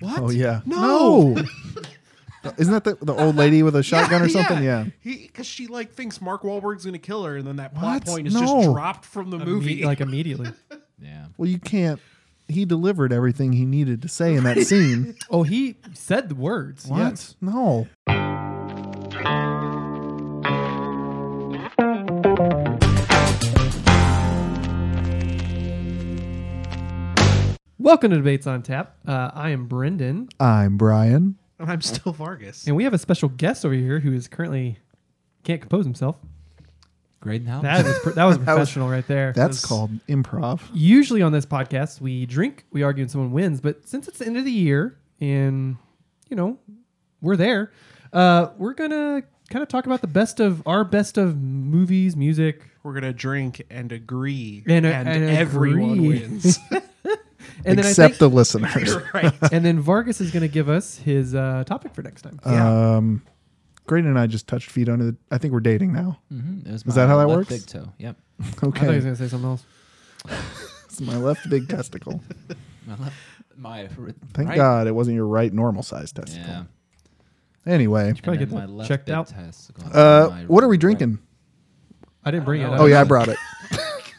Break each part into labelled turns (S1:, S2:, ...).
S1: What?
S2: Oh yeah.
S1: No.
S2: No. Isn't that the, the old lady with a shotgun or something? Yeah.
S1: Because she like thinks Mark Wahlberg's gonna kill her, and then that plot
S2: What?
S1: point is just
S2: No.
S1: dropped from the movie.
S3: Imme- like immediately.
S4: Yeah.
S2: Well, you can't. He delivered everything he needed to say in that scene.
S3: Oh, he said the words.
S2: What?
S3: Yes.
S2: No.
S3: Welcome to Debates on Tap. Uh, I am Brendan,
S2: I'm Brian.
S1: and I'm still Vargas.
S3: and we have a special guest over here who is currently can't compose himself.
S4: Graydon House.
S3: That was pr- that was professional right there.
S2: That's
S1: That's-
S2: called improv.
S3: Usually on this podcast, we drink, we argue, and someone wins. But since it's the end of the year, and you know we're there, uh, we're gonna kind of talk about the best of our best of movies, music,
S1: We're gonna drink and agree,
S3: And,
S1: and,
S3: uh, and
S1: everyone
S3: agree.
S1: wins.
S3: and
S2: Except
S3: then
S2: the listeners.
S1: right.
S2: Uh,
S3: I think, and then Vargas is gonna give us his uh, topic for next time.
S1: Yeah.
S2: Um, Graydon and I just touched feet under the. I think we're dating now.
S4: Mhm. It was
S2: Is
S4: my
S2: that how that
S4: left
S2: works?
S4: Big toe. Yep.
S3: Hmm. I thought he
S2: Okay.
S3: was gonna say something else.
S2: It's my left big testicle.
S4: My left. My. r-
S2: Thank
S4: right.
S2: God it wasn't your right normal sized testicle.
S4: Yeah.
S2: Anyway,
S3: Probably
S4: And
S3: get
S4: then my
S3: that
S4: left
S3: checked
S4: big
S3: out.
S4: testicle.
S2: uh,
S4: My
S2: what are we
S4: right-
S2: drinking?
S3: I didn't bring it.
S4: Oh,
S3: I
S2: Oh yeah, I
S3: don't know.
S2: brought it.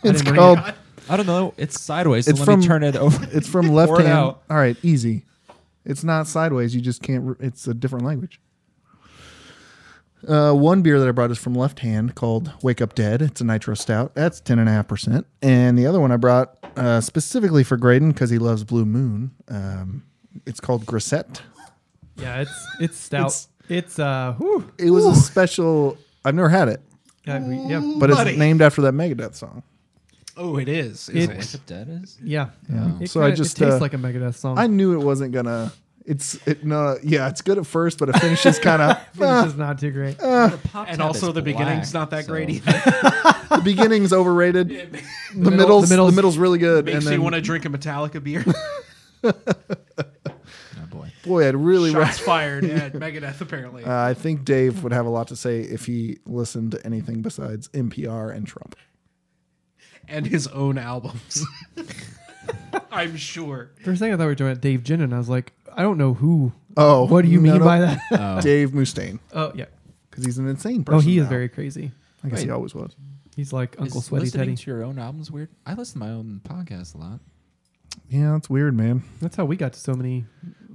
S2: it's
S3: bring it.
S2: called.
S4: I don't know. It's sideways. So
S2: It's
S4: let
S2: from-
S4: me turn it over.
S2: It's from left
S4: Pour it
S2: hand.
S4: out.
S2: All right, easy. It's not sideways. You just can't. re- It's a different language. Uh, one beer that I brought is from Left Hand called Wake Up Dead. It's a nitro stout. That's 10.5%. And the other one I brought uh, specifically for Graydon because he loves Blue Moon. Um, it's called Grisette.
S3: Yeah, it's it's stout. It's,
S2: It's-
S3: uh, whew.
S2: It was a special. I've never had it,
S3: Yeah, we- yeah,
S2: but
S1: Buddy.
S2: it's named after that Megadeth song.
S1: Oh, it is.
S3: It-
S1: Isn't
S4: Wake
S1: it?
S4: up dead is.
S3: yeah.
S2: Yeah.
S3: It
S2: So
S3: kinda-
S2: I just
S3: it tastes
S2: uh,
S3: like a Megadeth song.
S2: I knew it wasn't gonna. It's it no yeah. It's good at first, but it finishes kind of.
S3: Finish is not too great.
S2: Uh,
S1: And also, the beginning's not that great either.
S2: the beginning's overrated. the, middle's,
S3: middle- the
S2: the
S3: middle's-
S2: middle's really good.
S1: Makes
S2: and then,
S1: you want to drink a Metallica beer.
S4: Oh boy.
S2: boy, I'd really. ra-
S1: Shots fired at Megadeth. Apparently,
S2: uh, I think Dave would have a lot to say if he listened to anything besides NPR and Trump.
S1: and his own albums. I'm sure.
S3: For a second, I thought we were talking about Dave Ginn, and I was like, I don't know who.
S2: Oh,
S3: What do you
S2: no,
S3: mean
S2: no.
S3: by that?
S4: Oh.
S2: Dave Mustaine?
S3: oh yeah.
S2: Because he's an insane person.
S3: Oh, he is
S2: now.
S3: very crazy.
S2: I guess he
S4: Wait.
S2: always was.
S3: He's like Uncle
S4: Um, Is
S3: Sweaty
S4: listening
S3: Teddy.
S4: to your own albums weird? I listen to my own podcast a lot.
S2: Yeah, that's weird, man.
S3: That's how we got to so many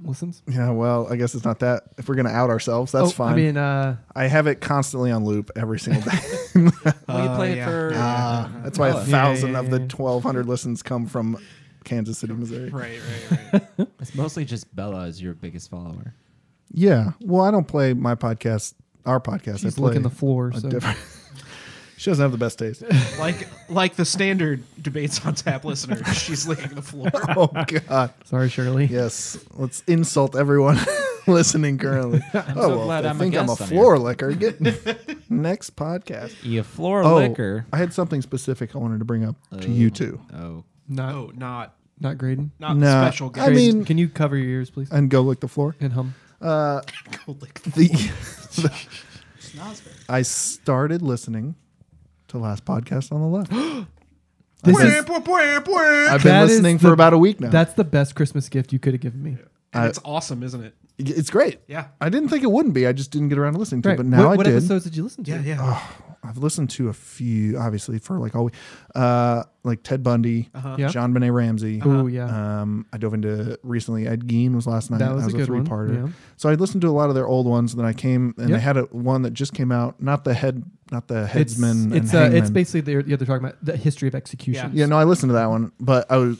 S3: listens.
S2: Yeah, well, I guess it's not that. If we're gonna out ourselves, that's
S3: Oh,
S2: fine.
S3: I mean, uh,
S2: I have it constantly on loop every single day.
S4: Well, you play
S2: Oh,
S1: yeah.
S4: it for.
S2: That's why a
S4: Oh, yeah,
S2: thousand
S3: yeah,
S2: of
S3: yeah.
S2: the twelve hundred listens come from Kansas City, Missouri.
S1: Right, right, right.
S4: It's mostly just Bella is your biggest follower.
S2: Yeah. Well, I don't play my podcast, our podcast.
S3: she's
S2: I play
S3: looking the floor.
S2: a
S3: So
S2: different- she doesn't have the best taste.
S1: like like the standard debates on tap listener, she's licking the floor.
S2: Oh God.
S3: sorry, Shirley.
S2: Yes. Let's insult everyone listening currently. I'm
S4: so glad
S2: I
S4: I'm a
S2: think I'm a
S4: guest on
S2: floor licker. Get next podcast.
S4: You floor
S2: Oh,
S4: liquor.
S2: I had something specific I wanted to bring up to
S4: Oh.
S2: you two
S4: Oh.
S3: Not
S1: Oh, not
S3: not Graydon.
S1: not
S2: Nah,
S1: special guest.
S2: I
S3: Graydon,
S2: mean-
S3: can you cover your ears, please,
S2: and go lick the floor.
S3: and hum?
S2: Uh,
S1: Go lick the-
S2: the I started listening to last podcast on the left.
S3: This
S1: Bwah,
S3: is,
S1: bwah, bwah, bwah.
S2: I've been
S3: That is
S2: listening
S3: the-
S2: for about a week now.
S3: that's the best Christmas gift you could have given me.
S1: And it's awesome, isn't it?
S2: it's great.
S1: Yeah.
S2: I didn't think it wouldn't be. I just didn't get around to listening to
S3: Right.
S2: it, but now
S3: what, what
S2: I did.
S3: episodes did you listen to?
S1: Yeah, yeah.
S2: I've listened to a few, obviously, for like all week, uh, like Ted Bundy,
S3: Yeah.
S2: John Benet Ramsey.
S3: Oh yeah.
S2: Um, I dove into recently. Ed Gein was last night.
S3: That was a good
S2: three
S3: one,
S2: parter.
S3: yeah.
S2: So I listened to a lot of their old ones. And then I came and
S3: Yep.
S2: they had a one that just came out. Not the head, not the headsman.
S3: It's it's,
S2: and
S3: uh, it's
S2: hangman.
S3: basically the, yeah, they're talking about the history of execution.
S2: Yeah, no, I listened to that one, but I was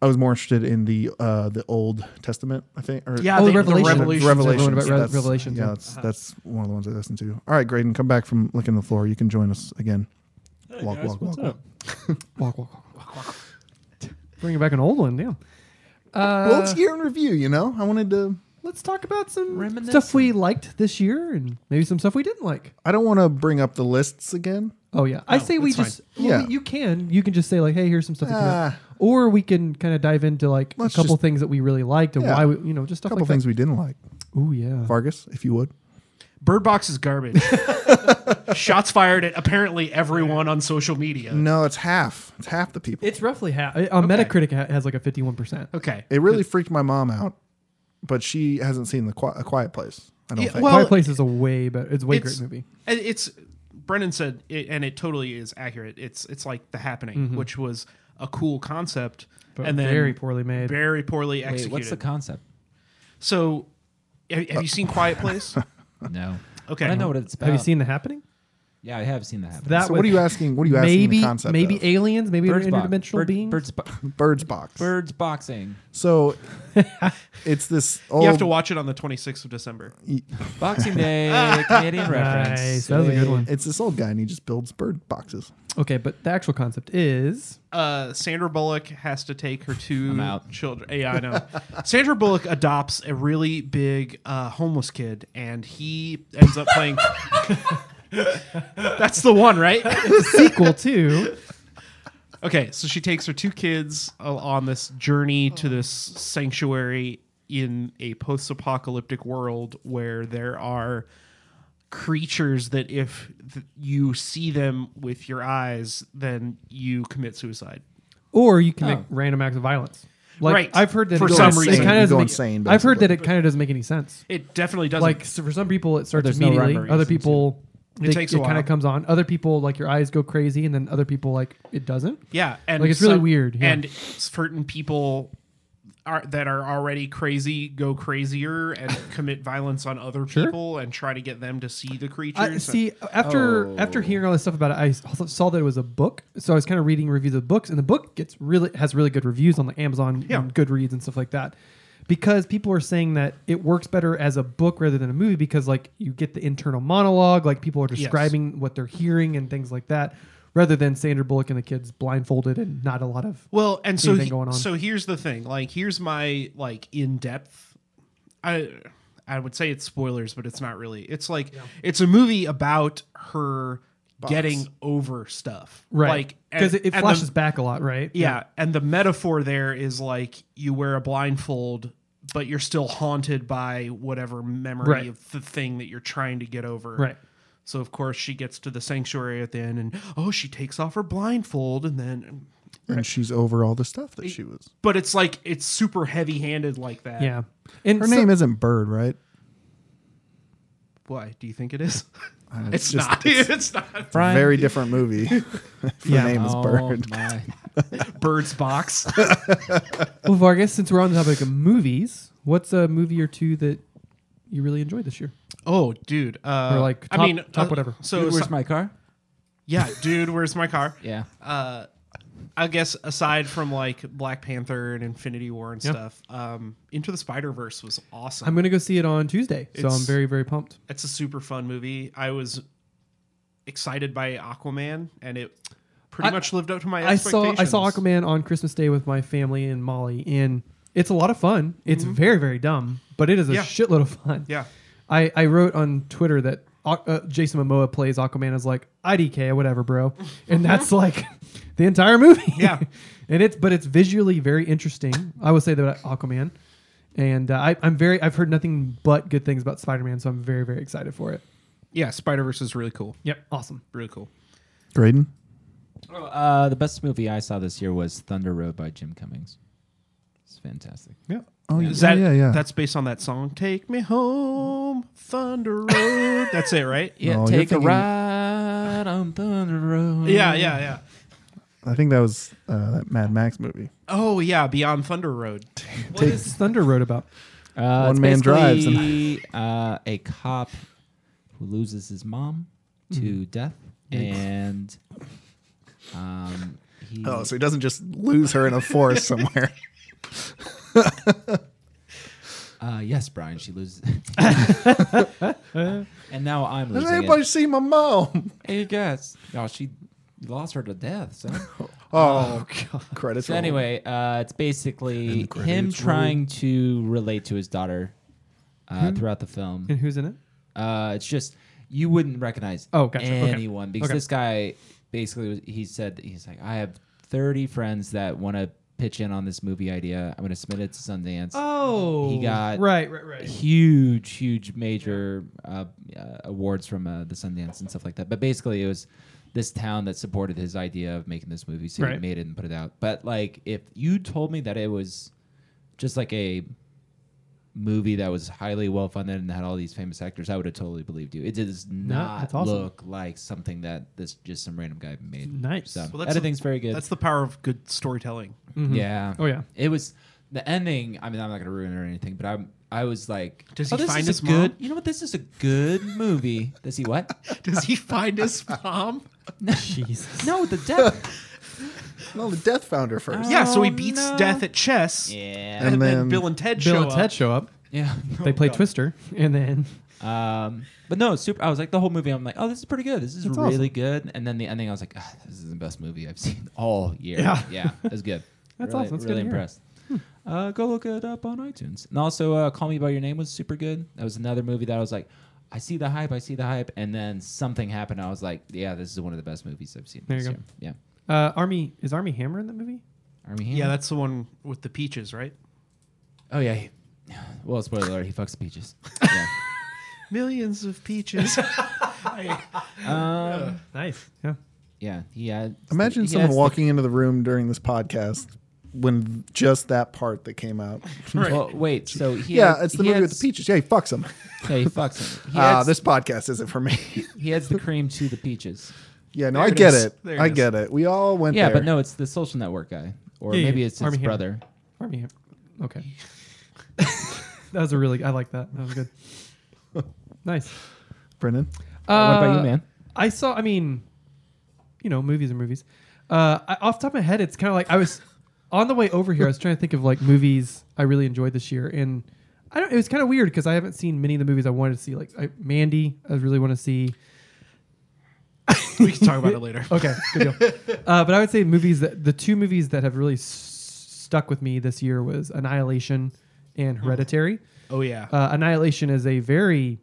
S2: I was more interested in the uh, the Old Testament, I think. Or
S1: Yeah,
S3: Oh, the
S1: the,
S3: Revelations.
S1: The Revelations.
S3: Revelations.
S2: Revelations.
S3: Revelations. Everyone about Re-
S2: That's-
S3: Revelations, yeah.
S2: Yeah, that's that's one of the ones I listened to. All right, Graydon, come back from licking the floor. You can join us again. walk, walk, walk, walk.
S3: Walk, walk, walk, walk, walk. Bringing back an old one, damn. Uh,
S2: well, it's year in review. You know, I wanted to.
S3: let's talk about some
S4: Reminiscing.
S3: stuff we liked this year and maybe some stuff we didn't like.
S2: I don't want to bring up the lists again.
S3: Oh yeah, I
S1: No,
S3: say we
S1: that's fine.
S3: just well,
S2: Yeah.
S3: you can you can just say like hey here's some stuff, that came out.
S2: Ah.
S3: or we can kind of dive into like a
S2: Let's
S3: couple
S2: just-
S3: things that we really liked and
S2: Yeah.
S3: why we you know
S2: A
S3: just stuff
S2: couple
S3: like
S2: things we didn't like.
S3: that. Oh yeah,
S2: Vargas, if you would.
S1: Bird Box is garbage. Shots fired at apparently everyone on social media.
S2: No, it's half. It's half the people.
S3: it's roughly half. Uh, Metacritic ha- has like a fifty one percent.
S1: Okay.
S2: It really freaked my mom out but she hasn't seen the Qui- a Quiet Place. I don't
S1: Yeah,
S2: think.
S1: well-
S3: Quiet Place is a way better. It's a way
S1: it's-
S3: great movie.
S1: And It's Brendan said, it, and it totally is accurate. It's it's like The Happening, which was a cool concept,
S3: Mm-hmm. But
S1: and then
S3: very poorly made.
S1: very poorly
S4: Wait,
S1: executed.
S4: what's the concept?
S1: so, have, have you seen Quiet Place?
S4: No.
S1: Okay.
S4: But I know what it's about.
S3: Have you seen The Happening?
S4: Yeah, I have seen that happen.
S3: That
S2: so what are you asking? What are you asking?
S3: maybe
S2: the concept
S3: maybe
S2: of?
S3: aliens, maybe
S4: Birds box-
S3: interdimensional
S4: bird-
S3: beings.
S4: Birds, bo-
S2: birds box.
S4: birds boxing.
S2: So it's this old.
S1: you have to
S4: Oh.
S1: watch it on the 26th of December.
S4: Boxing Day, Canadian reference.
S3: Nice, that was a good one.
S2: It's this old guy, and he just builds bird boxes.
S3: Okay, but the actual concept is
S1: Uh, Sandra Bullock has to take her
S4: I'm
S1: two
S4: out.
S1: children. Yeah, I know. Sandra Bullock adopts a really big uh, homeless kid, and he ends up playing. That's the one, right?
S3: the sequel to
S1: Okay, so she takes her two kids uh, on this journey
S3: Oh.
S1: to this sanctuary in a post-apocalyptic world where there are creatures that if th- you see them with your eyes, then you commit suicide.
S3: or you can make
S4: Oh.
S3: random acts of violence. Like
S1: Right.
S3: I've heard that
S1: For
S3: it
S1: some
S3: doesn't- it
S1: reason.
S3: kinda
S2: You
S3: doesn't
S2: go
S3: make-
S2: insane,
S3: I've heard that it
S2: basically.
S3: kind of doesn't make any sense.
S1: It definitely doesn't.
S3: Like so for some people, it starts
S4: there's no rhyme or
S3: immediately.
S4: reason
S3: other
S4: to-
S3: people,
S1: It
S3: they-
S1: takes a
S3: it kind
S1: while.
S3: of comes on. Other people, like your eyes go crazy, and then other people, like it doesn't.
S1: yeah, and
S3: like, it's really weird, yeah.
S1: And certain people are that are already crazy go crazier and commit violence on other people and try to get them to see the creatures.
S3: I, see, after
S1: Oh.
S3: after hearing all this stuff about it, I s- saw that it was a book. So I was kind of reading reviews of books, and the book gets really has really good reviews on like Amazon
S1: Yeah.
S3: and Goodreads and stuff like that, because people are saying that it works better as a book rather than a movie because like you get the internal monologue, like people are describing what they're hearing and things like that, rather than Sandra Bullock and the kids blindfolded and not a lot of
S1: Well, and so
S3: anything
S1: he-
S3: going on.
S1: so here's the thing. Like here's my like in depth. I I would say it's spoilers, but it's not really. It's like it's a movie about her getting over stuff,
S3: right
S1: Like
S3: because
S1: and-
S3: it,
S1: and the-
S3: it flashes back a lot, right?
S1: yeah, and the metaphor there is like you wear a blindfold, but you're still haunted by whatever memory
S3: Right.
S1: of the thing that you're trying to get over,
S3: right.
S1: So of course she gets to the sanctuary at the end, and oh, she takes off her blindfold, and then
S2: And she's over all the stuff that she was.
S1: but it's like it's super heavy handed like that.
S3: Yeah, and
S2: Her
S3: so-
S2: name isn't Bird, right?
S1: Why do you think it is?
S2: Uh,
S1: It's,
S2: just-
S1: not. It's, not.
S4: Brian.
S2: Very different movie. Her
S3: Yeah.
S2: name is
S4: Oh,
S2: Bird.
S4: my.
S1: Bird's box.
S3: Well, Vargas, since we're on the topic of movies, what's a movie or two that you really enjoyed this year?
S1: oh, dude. Uh,
S3: Or like
S1: I
S3: top-
S1: mean,
S3: top
S1: uh,
S3: whatever.
S1: So,
S4: Dude, where's
S1: so-
S4: my car?
S1: yeah, dude. Where's my car?
S4: Yeah.
S1: Uh, I guess aside from like Black Panther and Infinity War and
S3: Yeah.
S1: stuff, um, Into the Spider Verse was awesome.
S3: I'm gonna go see it on Tuesday, so I'm
S1: It's-
S3: very very pumped.
S1: it's a super fun movie. I was excited by Aquaman, and it pretty
S3: I-
S1: much lived up to my
S3: I saw
S1: expectations.
S3: I saw Aquaman on Christmas Day with my family and Molly, and it's a lot of fun. It's very very dumb, but it is a
S1: Mm-hmm. Yeah.
S3: shitload of fun.
S1: Yeah.
S3: I I wrote on Twitter that. Aqu- Uh, Jason Momoa plays Aquaman as like IDK, whatever, bro, and that's like the entire movie.
S1: Yeah.
S3: and it's but it's visually very interesting. I will say that about Aquaman, and uh, I, I'm very I've heard nothing but good things about Spider Man, so I'm very very excited for it.
S1: Yeah, Spider Verse is really cool.
S3: Yep, awesome.
S1: Really cool.
S2: Graydon.
S4: Uh, the best movie I saw this year was Thunder Road by Jim Cummings. It's fantastic.
S1: Yeah.
S2: Oh, yeah,
S1: Is that,
S2: yeah, yeah.
S1: That's based on that song, Take Me Home, Thunder Road. that's it, right?
S3: Mm-hmm.
S4: Yeah,
S2: No, Oh, you're
S4: take a
S2: thinking-
S4: ride on Thunder Road.
S1: Yeah, yeah, yeah.
S2: I think that was uh, that Mad Max movie.
S1: Oh, yeah, Beyond Thunder Road.
S3: What is Thunder Road about?
S4: Uh,
S2: One
S4: it's
S2: man drives and-
S4: basically, uh, a cop who loses his mom to death, and um, he
S2: Oh, so he doesn't just lose her in a forest somewhere.
S4: uh, yes, Brian, she loses, and now I'm
S2: Does
S4: losing.
S2: anybody
S4: it.
S2: see my mom?
S4: Hey, guys, no, she lost her to death. So.
S2: Oh, God. credits.
S4: So
S2: roll.
S4: anyway, uh, it's basically
S2: And the
S4: him
S2: credits roll.
S4: trying to relate to his daughter
S3: Hmm?
S4: uh, throughout the film.
S3: And who's in it?
S4: Uh, it's just you wouldn't recognize
S3: Hmm. Oh, gotcha. Okay.
S4: anyone because
S3: Okay.
S4: this guy basically was, he said that he's like I have 30 friends that want to pitch in on this movie idea. I'm going to submit it to Sundance.
S3: Oh,
S4: He got-
S3: right, right, right.
S4: Huge, huge, major uh, uh, awards from uh, the Sundance and stuff like that. But basically, it was this town that supported his idea of making this movie, so he
S3: Right.
S4: made it and put it out. But like, if you told me that it was just like a movie that was highly well funded and had all these famous actors, I would have totally believed you. It does not
S3: that's awesome.
S4: look like something that this just some random guy made.
S3: Nice.
S4: So
S1: Well, that's
S4: editing's
S1: the-
S4: very good.
S1: That's the power of good storytelling.
S4: Yeah.
S3: Oh, yeah.
S4: It was the ending. I mean, I'm not gonna ruin it or anything, but I'm. I was like,
S1: Does
S4: oh,
S1: he
S4: this
S1: find
S4: is
S1: his
S4: a good?
S1: mom?
S4: You know what? This is a good movie. Does he what?
S1: Does he find his mom?
S3: Jesus.
S4: No, the death.
S2: Well, the death found her first.
S1: Yeah, so he
S4: Oh,
S1: beats
S4: no.
S1: death at chess.
S4: yeah.
S1: And,
S2: And
S1: then,
S2: then
S1: Bill and Ted
S3: Bill
S1: show
S3: and Ted show up.
S4: Yeah.
S3: They play Twister, and then
S4: Um, but no, super. I was like the whole movie. I'm like, oh, this is pretty good. This is
S3: That's
S4: really good. And then the ending, I was like, ah, this is the best movie I've seen all year.
S3: Yeah.
S4: yeah, it was good.
S3: That's
S4: really,
S3: awesome. That's good
S4: really
S3: to hear. Hmm.
S4: impressed. Uh, go look it up on iTunes. And also, uh, Call Me by Your Name was super good. That was another movie that I was like, I see the hype, I see the hype, and then something happened. I was like, yeah, this is one of the best movies I've seen.
S3: There
S4: this
S3: you
S4: year. Yeah,
S3: uh, Army is Army Hammer in that movie.
S4: Army Hammer.
S1: Yeah, that's the one with the peaches, right?
S4: oh yeah. he- Well, spoiler alert, he fucks peaches. Yeah.
S1: Millions of peaches.
S4: um,
S3: Nice. Yeah.
S4: yeah. He had,
S2: Imagine
S4: he
S2: someone
S4: adds the-
S2: walking into the room during this podcast when just that part that came out.
S4: Well, wait. So he
S2: yeah,
S4: adds-
S2: it's the
S4: he
S2: movie with
S4: adds-
S2: the peaches. Yeah, he fucks them.
S4: Yeah, he fucks him. He,
S2: Ah,
S4: adds,
S2: this podcast isn't for me.
S4: he adds the cream to the peaches.
S2: yeah, no,
S1: There
S2: I
S1: it
S2: get
S1: is.
S2: it.
S1: There it
S2: I
S1: is.
S2: get it. We all went
S4: Yeah,
S2: there.
S4: but no, it's the social network guy. Or
S3: Yeah, yeah,
S4: maybe it's his
S3: Army Hammer.
S4: brother.
S3: Army Hammer. Okay. that was a really. I like that. That was good. Nice.
S2: Brennan.
S4: Uh, what about you, man?
S3: I saw. I mean, you know, movies are movies. Uh, I, off the top of my head, it's kind of like I was on the way over here. I was trying to think of like movies I really enjoyed this year, and I don't. It was kind of weird because I haven't seen many of the movies I wanted to see. Like I, Mandy, I really want to see.
S1: we can talk about it later.
S3: Okay, good deal. uh, but I would say movies that the two movies that have really s- stuck with me this year was Annihilation and Hereditary.
S1: Oh yeah.
S3: Uh, Annihilation is a very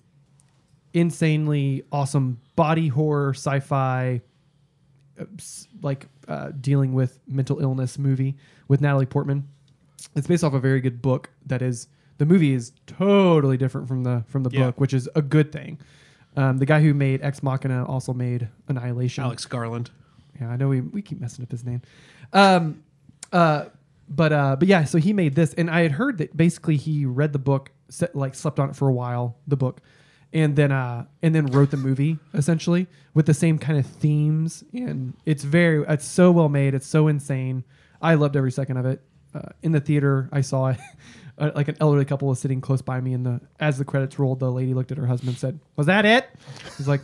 S3: insanely awesome body horror sci-fi uh, s- like uh, dealing with mental illness movie with Natalie Portman. It's based off a very good book that is the movie is totally different from the from the
S1: Yeah.
S3: book, which is a good thing. Um, the guy who made Ex Machina also made Annihilation.
S1: Alex Garland.
S3: Yeah, I know we, we keep messing up his name. Um, uh, but uh, but yeah, so he made this, and I had heard that basically he read the book, se- like slept on it for a while, the book, and then uh, and then wrote the movie essentially with the same kind of themes, and it's very it's so well made, it's so insane. I loved every second of it. Uh, in the theater, I saw uh, like an elderly couple was sitting close by me, and the as the credits rolled, the lady looked at her husband and said, "Was that it?" He's like,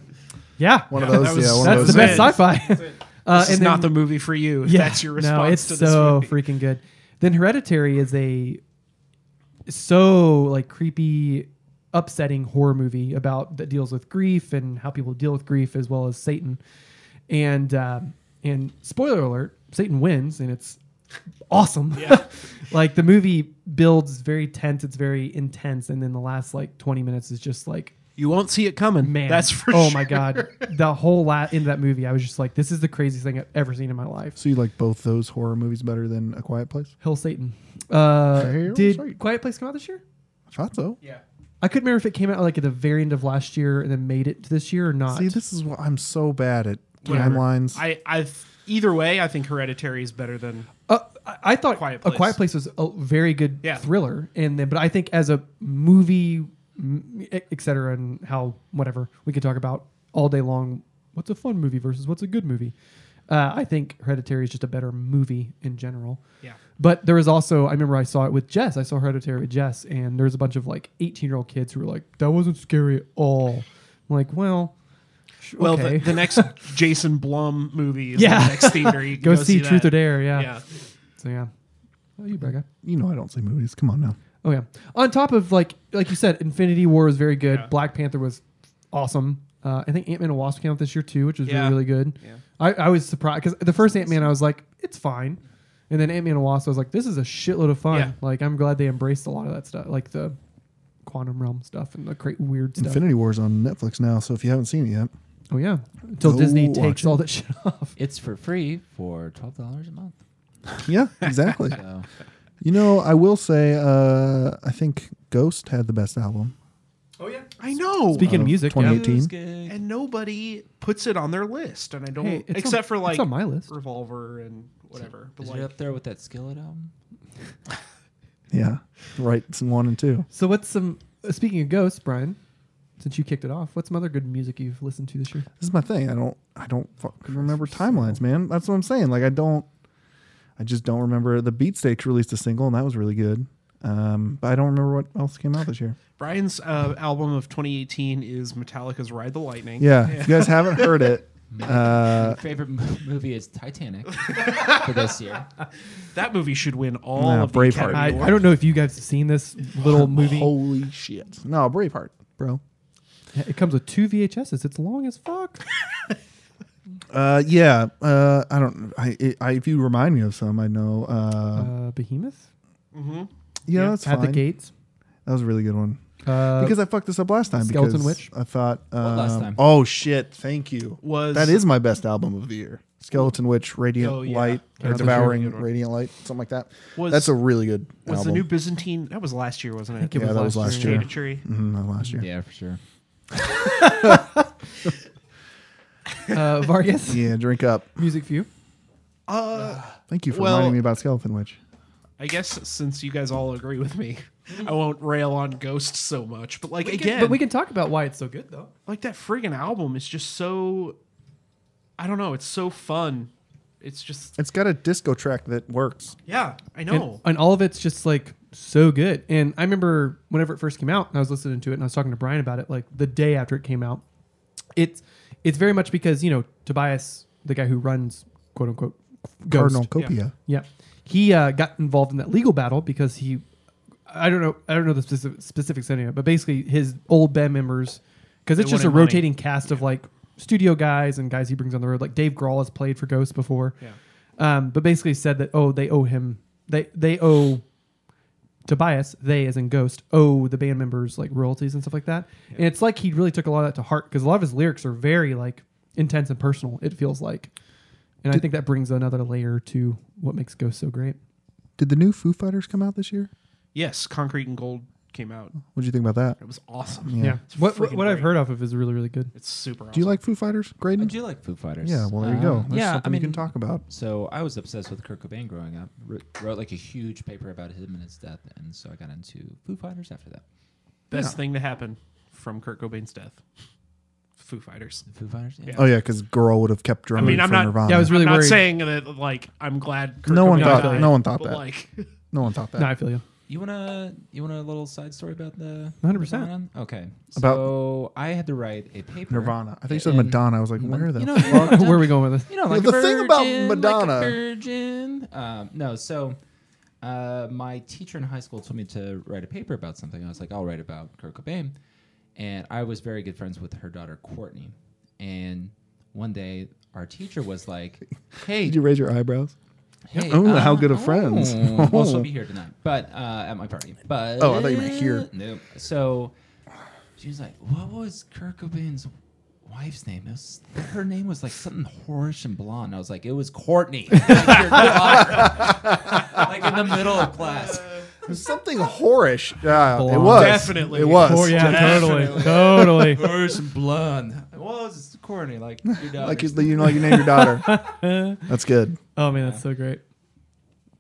S3: "Yeah."
S2: One of
S1: Yeah,
S2: those.
S1: that was-
S2: yeah, one
S3: That's
S2: of
S3: the
S2: those.
S3: best
S1: it.
S3: sci-fi. Uh,
S1: This is
S3: then-
S1: not the movie for you. If
S3: yeah,
S1: that's your response
S3: No, it's
S1: to this
S3: so
S1: movie.
S3: freaking good. Then Hereditary is a so like creepy, upsetting horror movie about that deals with grief and how people deal with grief as well as Satan. And um, and spoiler alert, Satan wins, and it's awesome. like the movie builds very tense. It's very intense, and then the last like twenty minutes is just like
S1: You won't see it coming.
S3: man.
S1: That's for
S3: oh
S1: sure.
S3: my god, the whole la- end of that movie, I was just like, this is the craziest thing I've ever seen in my life.
S2: So you like both those horror movies better than A Quiet Place?
S3: Hell Satan. Uh,
S2: Hail
S3: did
S2: Satan.
S3: Quiet Place come out this year?
S2: I thought so.
S3: I couldn't remember if it came out like at the very end of last year and then made it to this year or not.
S2: See, this is what I'm so bad at
S1: Whatever.
S2: timelines.
S1: I I either way, I think Hereditary is better than
S3: uh, I, I thought
S1: Quiet
S3: A
S1: Place.
S3: Quiet Place was a very good
S1: Yeah.
S3: thriller, and then but I think as a movie, m- et et cetera, and how whatever we could talk about all day long. What's a fun movie versus what's a good movie? Uh, I think Hereditary is just a better movie in general.
S1: yeah.
S3: But there was also, I remember I saw it with Jess. I saw Hereditary with Jess, and there was a bunch of like 18 year old kids who were like, that wasn't scary at all. I'm like, well, sh-
S1: Well,
S3: okay.
S1: the, the next Jason Blum movie is
S3: Yeah.
S1: the next theater. You can
S3: go, see, Truth
S1: that.
S3: or Dare. Yeah.
S1: Yeah.
S3: So, yeah. Oh, you Braga.
S2: you know I don't see movies. Come on now.
S3: Oh, yeah. On top of like, like you said, Infinity War was very good.
S1: Yeah.
S3: Black Panther was awesome. Uh, I think Ant Man and Wasp came out this year too, which was
S1: Yeah.
S3: really, really good.
S1: Yeah.
S3: I, I was surprised because the first Ant Man, I was like, it's fine. And then Ant Man and Wasp, I was like, this is a shitload of fun.
S1: Yeah.
S3: Like, I'm glad they embraced a lot of that stuff, like the quantum realm stuff and the great weird stuff.
S2: Infinity War's on Netflix now, so if you haven't seen it yet,
S3: Oh, yeah. Until
S2: Go
S3: Disney
S2: watch
S3: takes
S2: it.
S3: all that shit off.
S4: It's for free for twelve dollars a month.
S2: yeah, exactly.
S4: So
S2: you know, I will say, uh, I think Ghost had the best album.
S3: Oh, yeah.
S1: I know.
S3: Speaking
S2: Out
S3: of
S2: of
S3: music,
S2: 20
S3: yeah.
S2: 18?
S4: Who's good?
S1: and nobody puts it on their list, and I don't,
S3: Hey, it's
S1: except
S3: on-
S1: for like
S3: it's on my list.
S1: Revolver and whatever. But
S4: Is
S1: like,
S4: it up there with that Skillet album?
S2: Yeah. Rights one and two.
S3: So what's some uh, speaking of ghosts, Brian? Since you kicked it off, what's some other good music you've listened to this year?
S2: This is my thing. I don't I don't fucking remember timelines, man. That's what I'm saying. Like I don't I just don't remember the Beatsteaks released a single and that was really good. Um, but I don't remember what else came out this year.
S1: Brian's uh, album of 2018 is Metallica's "Ride the Lightning."
S2: Yeah, if you guys haven't heard it, uh,
S4: My favorite mo- movie is Titanic for this year.
S1: that movie should win all
S2: Nah,
S1: of the
S2: Braveheart.
S1: Academy
S3: I,
S1: Awards.
S3: I don't know if you guys have seen this little movie.
S2: holy shit! No, Braveheart, bro.
S3: It comes with two VHSs. It's long as fuck.
S2: Uh, yeah, uh, I don't. I, I if you remind me of some, I know. Uh,
S3: Uh, Behemoth
S2: yeah, that's
S3: at
S2: fine.
S3: the gates.
S2: That was a really good one.
S3: Uh,
S2: because I fucked this up last time.
S3: Skeleton
S2: because
S3: Witch?
S2: I thought. Um,
S4: last time?
S2: Oh shit! Thank you.
S1: Was-
S2: that is my best album of the year? Skeleton Witch, Radiant
S1: Oh, yeah.
S2: Light,
S1: Yeah,
S2: or
S1: that's a
S2: Devouring
S1: really good one.
S2: Radiant Light, something like that.
S1: Was-
S2: That's a really good
S1: Was
S2: album.
S1: the new Byzantine? That was last year, wasn't it?
S3: it
S2: Yeah, was that was last last year. year.
S1: Shade of Tree.
S2: Mhm, not last year. Yeah,
S4: Yeah, for sure.
S3: uh, Vargas,
S2: drink up.
S3: music for you.
S1: Uh,
S2: Thank you for
S1: Well-
S2: reminding me about Skeleton Witch.
S1: I guess since you guys all agree with me, I won't rail on Ghost so much. But like
S3: We can-
S1: again,
S3: but we can talk about why it's so good though.
S1: like that friggin' album is just so. I don't know. It's so fun. It's just
S2: It's got a disco track that works.
S1: yeah. I
S3: And-
S1: know.
S3: And, all of it's just like so good. And I remember whenever it first came out, and I was listening to it, and I was talking to Brian about it, like the day after it came out. It's it's very much because you know Tobias, the guy who runs quote unquote Ghost,
S2: Cardinal Copia.
S1: Yeah.
S3: yeah, he uh, got involved in that legal battle because he, I don't know, I don't know the specific, specifics anyway, but basically his old band members, because it's
S1: They
S3: just a
S1: wanted money.
S3: rotating cast of like studio guys and guys he brings on the road. Like Dave Grohl has played for Ghost before,
S1: Yeah.
S3: um, but basically said that oh they owe him they they owe Tobias they as in Ghost owe the band members like royalties and stuff like that. And it's like he really took a lot of that to heart because a lot of his lyrics are very like intense and personal. It feels like. And I think that brings another layer to what makes Ghost so great.
S2: Did the new Foo Fighters come out this year?
S1: Yes, Concrete and Gold came out.
S2: What do you think about that?
S1: It was awesome.
S2: Yeah.
S1: It's
S3: What what,
S1: freaking
S3: what I've
S1: great.
S3: heard of it is really really good.
S1: It's super. Awesome.
S2: Do you like Foo Fighters,
S4: I
S2: Graydon?
S4: do like Foo Fighters.
S2: Yeah, well there you go.
S1: Uh,
S4: Um,
S2: That's
S4: yeah, I
S2: something
S4: mean,
S2: you can talk about.
S4: So I was obsessed with Kurt Cobain growing up. Wrote, wrote like a huge paper about him and his death, and so I got into Foo Fighters after that.
S1: best
S2: Yeah.
S1: thing to happen from Kurt Cobain's death? Foo Fighters.
S4: Foo Fighters. Yeah.
S2: Oh yeah, because girl would have kept drumming
S1: I mean, I'm
S2: for
S1: not-
S2: Nirvana.
S3: Yeah, I was really
S1: I'm not
S3: worried.
S1: saying that like I'm glad. Kurt
S2: No one
S1: Cobain
S2: thought-
S1: died,
S2: no one thought
S1: but,
S2: that.
S1: Like,
S2: no one
S1: Uh,
S2: thought that.
S3: No, I feel you.
S4: You wanna you want a little side story about the
S3: 100%.
S4: Nirvana? Okay.
S2: About-
S4: so I had to write a paper.
S2: Nirvana. I think you said
S4: in-
S2: Madonna. I was like, where the
S4: You know,
S2: fuck?
S3: Where are we going with this?
S4: You know, like
S2: The
S4: a
S2: thing about
S4: virgin,
S2: Madonna-
S4: Like a virgin. Um, no, so uh, my teacher in high school told me to write a paper about something. I was like, I'll write about Kurt Cobain, and I was very good friends with her daughter Courtney. And one day, our teacher was like, "Hey,
S2: Did you raise your eyebrows?
S4: hey,
S2: Oh, how good of friends.
S4: oh. well, she'll be here tonight, but uh, at my party. But
S2: Oh, I thought you meant here.
S4: No. So she was like, "What was Kurt Cobain's wife's name? It was, her name was like something whorish and blonde." I was like, "It was Courtney." like, your daughter. Like, in the middle of class.
S2: Something whorish. Yeah, it
S3: Blonde.
S2: was
S1: Definitely.
S2: It was.
S3: Oh yeah,
S1: Definitely.
S3: totally, totally.
S4: Whorish and blonde. Well, it's Courtney, like your daughter.
S2: Like you, you know, like you named your daughter. That's good.
S3: Oh man, that's so great.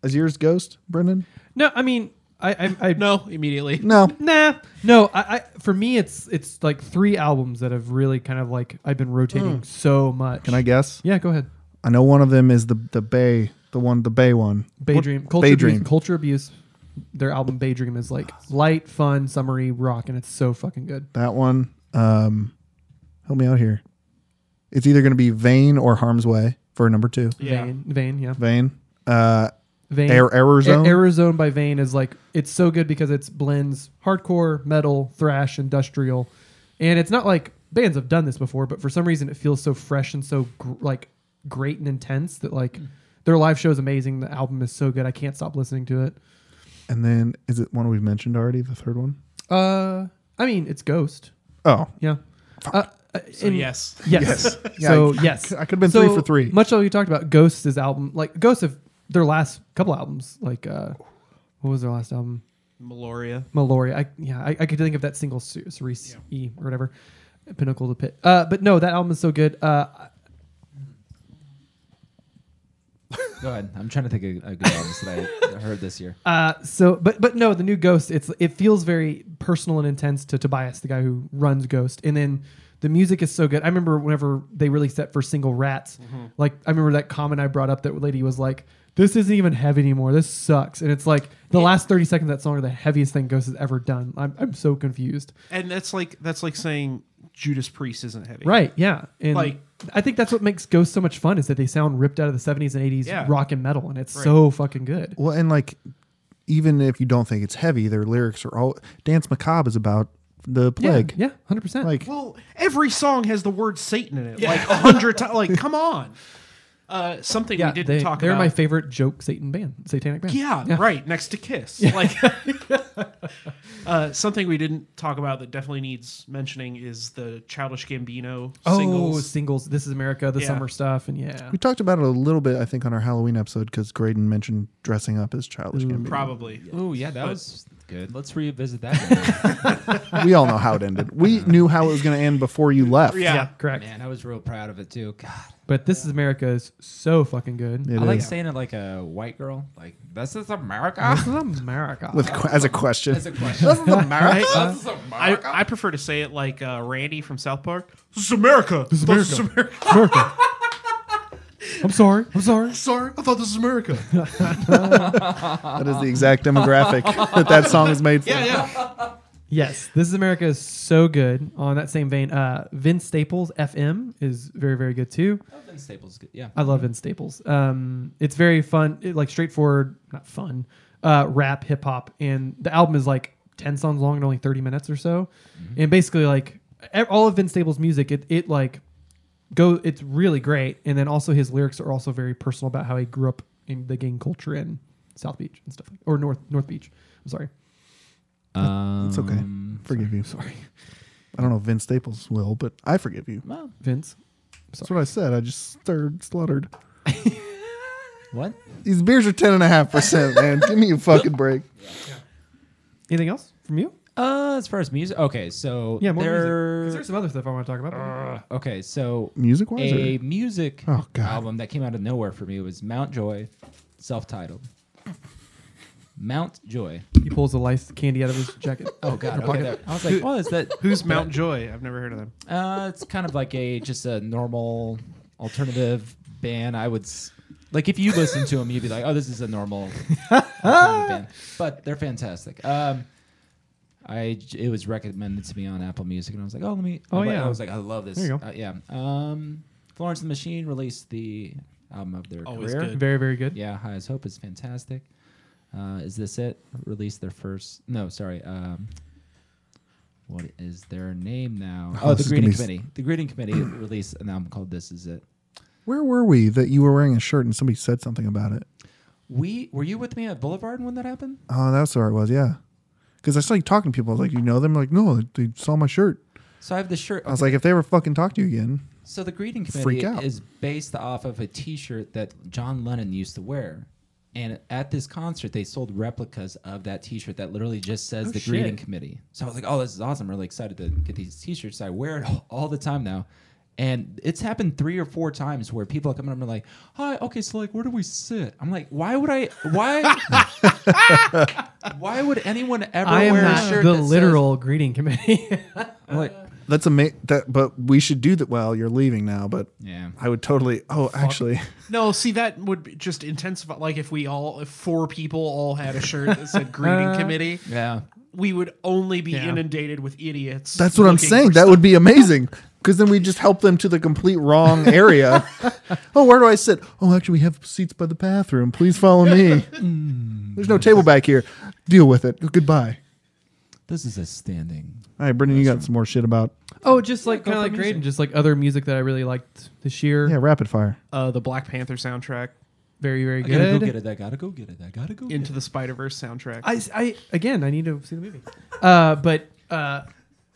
S2: Is yours Ghost, Brendan?
S3: No, I mean, I I, I
S1: no, immediately.
S2: No.
S3: Nah, no. I, I for me, it's it's like three albums that have really kind of like I've been rotating so much.
S2: Can I guess?
S3: Yeah, go ahead.
S2: I know one of them is the the Bay, the one, the Bay one.
S3: Bay
S2: What-
S3: Dream, Culture
S2: Bay
S3: Abuse,
S2: Dream.
S3: Culture Abuse. Their album Bay Dream is like light, fun, summery rock, and it's so fucking good.
S2: That one. Um, help me out here. It's either going to be Vane or Harm's Way for number two.
S1: Yeah.
S3: Vane, Vane, yeah.
S2: Vane. Uh,
S3: Vane.
S2: Air- Error Zone?
S3: A- Error Zone by Vane is like it's so good because it's blends hardcore, metal, thrash, industrial, and it's not like bands have done this before, but for some reason it feels so fresh and so gr- like great and intense that like their live show is amazing. The album is so good, I can't stop listening to it.
S2: and then is it one we've mentioned already? The third one.
S3: Uh, I mean it's Ghost,
S2: Oh,
S3: yeah. Uh, uh,
S1: So
S3: and-
S1: yes,
S3: Yes.
S2: Yeah,
S3: so
S2: I- I
S3: yes,
S2: cou- I could've been three for three.
S3: Much like you talked about Ghost's album, like Ghost of their last couple albums, like uh, what was their last album?
S1: Meloria.
S3: Meloria. I, yeah, I, I could think of that single Cer- Cerise E or whatever, Pinnacle to Pit. Uh, but no, that album is so good. Uh,
S4: Go ahead. I'm trying to think of a good albums that I heard this year.
S3: Uh, so, but but no, the new Ghost. It's it feels very personal and intense to Tobias, the guy who runs Ghost, and then the music is so good. I remember whenever they released that for single Rats, like I remember that comment I brought up that lady was like, "This isn't even heavy anymore. This sucks." And it's like the last thirty seconds of that song are the heaviest thing Ghost has ever done. I'm I'm so confused.
S1: and that's like that's like saying Judas Priest isn't heavy.
S3: Right? Yeah. And
S1: Like-
S3: I think that's what makes Ghost so much fun is that they sound ripped out of the '70s and '80s
S1: Yeah.
S3: rock and metal, and it's so fucking good.
S2: Well, and like, even if you don't think it's heavy, their lyrics are all. Dance Macabre is about the plague.
S3: Yeah, hundred percent.
S2: Like,
S1: Well, every song has the word Satan in it, like a hundred times. Like, come on. Uh, something we didn't
S3: they,
S1: talk
S3: they're
S1: about.
S3: my favorite joke Satan band, satanic band.
S1: yeah, right next to Kiss. Like, uh, something we didn't talk about that definitely needs mentioning is the Childish Gambino
S3: Oh, singles.
S1: singles.
S3: This is America, the
S1: Yeah.
S3: summer stuff, and yeah.
S2: we talked about it a little bit, I think, on our Halloween episode because Graydon mentioned dressing up as childish. Gambino.
S1: Probably.
S4: Oh yeah, that was good. Let's revisit that.
S2: we all know how it ended. We knew how it was going to end before you left.
S1: Yeah.
S3: correct.
S4: Man, I was real proud of it too. God,
S3: But this is America is so fucking good.
S2: It
S4: I like
S2: is.
S4: saying it like a white girl. Like this is
S3: This
S4: America.
S3: is America.
S2: With que- as a question.
S4: That's a question. this is
S1: Right?
S4: America.
S1: Uh,
S4: this is
S1: I,
S4: America.
S1: I prefer to say it like uh, Randy from South Park. This is America. This is America.
S3: America. I'm sorry. I'm sorry.
S1: Sorry, I thought this was America.
S2: that is the exact demographic that that song is made for.
S1: yeah, yeah.
S3: Yes, this is America is so good. On that same vein, uh, Vince Staples FM is very very good too.
S4: Oh, Ben Staples, is good. Yeah.
S3: I love Vince Staples. Um, it's very fun, it- like straightforward, not fun, uh, rap, hip hop, and the album is like ten songs long and only thirty minutes or so, and basically like e- all of Vince Staples' music, it it like go, it's really great, and then also his lyrics are also very personal about how he grew up in the gang culture in South Beach and stuff, like, or North North Beach. I'm sorry.
S4: Um,
S2: It's okay. Forgive you. Sorry. I don't know if Vince Staples will, but I forgive you.
S4: Well,
S3: Vince.
S2: That's what I said. I just stirred, sluttered.
S4: what?
S2: These beers are 10.5%, man. Give me a fucking break.
S3: Anything else from you?
S4: Uh, as far as music, okay, so
S3: Yeah, more music. 'Cause
S4: there.
S3: There's some other stuff I want to talk about. but-
S4: okay, so
S2: Music wise?
S4: a
S2: or
S4: music
S2: Oh, God.
S4: album that came out of nowhere for me was Mountjoy, self-titled. Mountjoy.
S3: he pulls the life candy out of his jacket.
S4: Oh God! Okay, there. I was like, "What is that?"
S1: Who's Mount Joy? I've never heard of them.
S4: Uh, it's kind of like a just a normal alternative band. I would s- like if you listen to them, you'd be like, "Oh, this is a normal alternative band," but they're fantastic. Um, I j- it was recommended to me on Apple Music, and I was like, "Oh, let me."
S3: Oh,
S4: I, li-
S3: yeah.
S4: I was like, "I love this."
S3: There you go.
S4: Uh, yeah. Um, Florence and the Machine released the album of their
S1: Always
S4: career.
S1: good.
S3: Very very good.
S4: Yeah, High as Hope is fantastic. Uh, is this it? Released their first. No, sorry. Um, what is their name now?
S2: Oh,
S4: Oh,
S2: this
S4: the
S2: is gonna
S4: Greeting
S2: be s-
S4: Committee. The Greeting Committee released an album called "This Is It."
S2: Where were we that you were wearing a shirt and somebody said something about it?
S4: We were you with me at Boulevard when that happened?
S2: Oh, that's where it was. Yeah. Because I saw you talking to people. I was like, you know them? Like, no, they saw my shirt.
S4: So I have the shirt.
S2: I was like, if they ever fucking talk to you again,
S4: so the Greeting
S2: Freak
S4: Committee
S2: out.
S4: is based off of a T-shirt that John Lennon used to wear. And at this concert, they sold replicas of that T-shirt that literally just says
S3: Oh,
S4: the Greeting
S3: shit.
S4: Committee. So I was like, "Oh, this is awesome! really excited to get these T-shirts. I wear it all, all the time now." And it's happened three or four times where people come up and are like, "Hi, okay, so like, where do we sit?" I'm like, "Why would I? Why? why would anyone ever
S3: I am
S4: wear a
S3: not
S4: shirt?"
S3: the
S4: that says-
S3: literal greeting committee.
S4: I'm like,
S2: that's amazing. That, but we should do that. Well, you're leaving now, but
S4: yeah.
S2: I would totally. Oh, actually,
S1: No, see that would be just intensify. Like if we all, if four people all had a shirt that said "Greeting Committee,"
S4: Yeah.
S1: we would only be
S3: Yeah.
S1: inundated with idiots.
S2: that's what I'm
S1: looking
S2: saying.
S1: for
S2: That
S1: stuff.
S2: would be amazing. Because then we just help them to the complete wrong area. oh, where do I sit? Oh, actually, we have seats by the bathroom. Please follow me. There's no table back here. Deal with it. Goodbye.
S4: This is a standing.
S2: All right, Brendan, you got some more shit about
S3: oh, just like
S4: go
S3: kind of
S4: for
S3: like
S4: music.
S3: Graydon, just like other music that I really liked this year.
S2: yeah, rapid fire.
S1: uh, the Black Panther soundtrack,
S3: Very very
S4: I gotta
S3: good.
S4: go get it. I gotta go get it. I gotta go.
S1: Into the Spider Verse soundtrack.
S3: I, I again, I need to see the movie. Uh, but uh,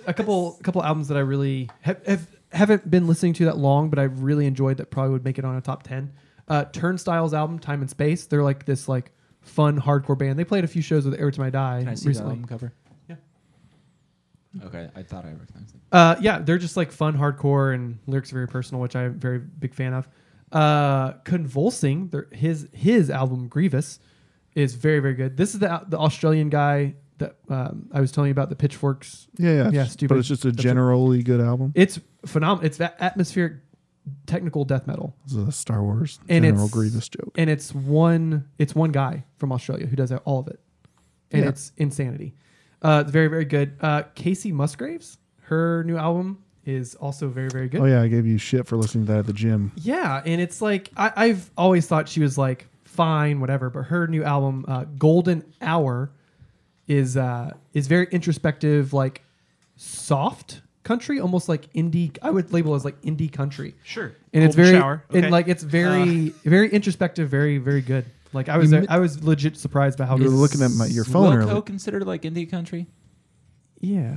S3: a couple a couple albums that I really have, have haven't been listening to that long, but I've really enjoyed that probably would make it on a top ten. Uh, Turnstiles album, Time and Space. They're like this like fun hardcore band. They played a few shows with Every Time I Die
S4: Can I see the
S3: recently.
S4: album cover?
S3: Yeah.
S4: Okay, I thought I recognized it.
S3: Uh, yeah, they're just like fun hardcore and lyrics are very personal, which I'm a very big fan of. Uh, convulsing. Their, his his album Grievous is very very good. This is the the Australian guy that um, I was telling you about the pitchforks.
S2: Yeah, yeah,
S3: Yeah,
S2: it's-
S3: stupid.
S2: But it's just a
S3: That's it.
S2: generally good album.
S3: It's phenomenal. It's that atmospheric technical death metal.
S2: This is a Star Wars
S3: And
S2: General
S3: it's-
S2: Grievous joke.
S3: and it's one it's one guy from Australia who does all of it, and
S2: Yeah.
S3: it's insanity. Uh, it's very very good. Uh, Casey Musgraves, her new album is also very very good.
S2: Oh yeah, I gave you shit for listening to that at the gym.
S3: Yeah, and it's like I, I've always thought she was like fine, whatever. But her new album, uh, Golden Hour, is uh, is very introspective, like soft country, almost like indie. I would label it as like indie country.
S1: Sure.
S3: and it's
S1: Golden
S3: very
S1: shower. Okay.
S3: and like it's very very introspective, very very good. Like I was
S2: You mi-
S3: I was legit surprised by how
S2: You were
S3: good-
S2: looking at my, your phone
S4: Wilco
S2: earlier.
S4: considered like indie country?
S3: yeah.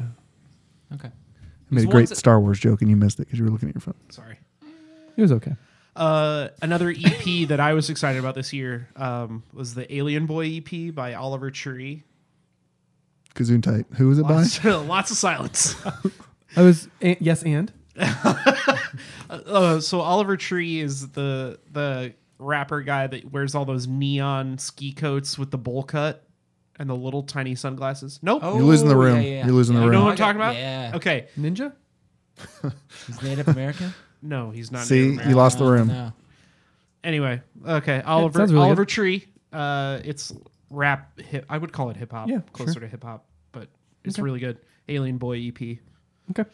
S4: Okay.
S2: I made a
S4: It's
S2: great
S4: ones that-
S2: Star Wars joke and you missed it because you were looking at your phone.
S1: Sorry.
S3: It was okay.
S1: Uh, another EP that I was excited about this year um, was the Alien Boy EP by Oliver Tree.
S2: Kazoon tight. Who was it by?
S1: Lots, lots of silence.
S3: I was and, yes and
S1: uh, so Oliver Tree is the the rapper guy that wears all those neon ski coats with the bowl cut and the little tiny sunglasses. Nope.
S2: You're losing the room. You're losing the
S1: you
S2: room.
S1: know
S2: right.
S1: what I'm talking about?
S4: Oh, Yeah.
S1: Okay.
S3: Ninja.
S4: He's Oh, Native American?
S1: No, he's not.
S2: See,
S1: Native
S2: you
S1: American.
S2: lost the room.
S4: No.
S1: Anyway, okay. Oliver
S3: sounds really
S1: Oliver Tree. Uh, it's rap hip. I would call it hip hop.
S3: Yeah,
S1: closer
S3: sure.
S1: to hip hop, but it's
S3: Okay.
S1: really good. Alien Boy E EP.
S3: Okay.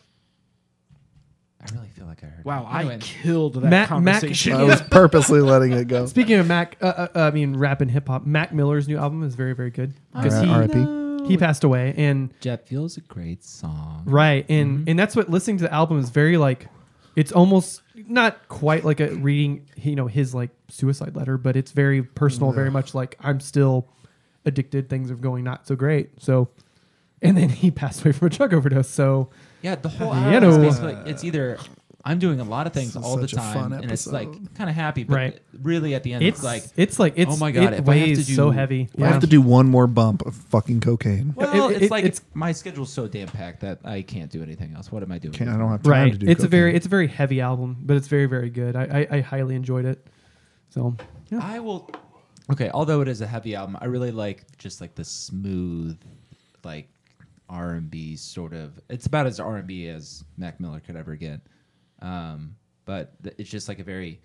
S4: I really feel like I heard.
S1: Wow,
S4: it. Anyway,
S1: I killed that
S3: Mac- Mac-
S1: conversation.
S2: I was purposely letting it go.
S3: Speaking of Mac, uh, uh, uh, I mean rap and hip hop. Mac Miller's new album is very very good because
S2: Alright,
S3: he
S2: R.I.P.
S3: he passed away and
S4: Jet Fuel's a great song.
S3: right and
S4: Mm-hmm.
S3: and that's what listening to the album is very like it's almost not quite like a reading you know his like suicide letter but it's very personal very much like i'm still addicted things are going not so great so and then he passed away from a drug overdose so
S4: Yeah, the whole
S3: You
S4: album
S3: know.
S4: is basically it's either I'm doing a lot of things
S2: This is
S4: all the
S2: such a fun
S4: time, and it's like
S2: episode.
S4: kind of happy, but
S3: Right.
S4: really at the end
S3: it's
S4: it's like
S3: it's like it's
S4: oh my God,
S3: it
S4: if I have to
S3: weighs
S4: do-
S3: so heavy
S2: I have to do one more bump of fucking cocaine.
S4: well,
S3: it-
S4: it's
S3: it-
S4: like
S3: it's-
S4: it's, my schedule's so damn packed that I can't do anything else. What am I doing?
S2: Can't, I don't have time
S3: right
S2: to do
S3: it's a
S2: cocaine.
S3: very it's a very heavy album but it's very very good i i, I highly enjoyed it so yeah.
S4: I will. Okay, although it is a heavy album, I really like just like the smooth, like R and B sort of. It's about as R and B as Mac Miller could ever get, um, but th- it's just like a very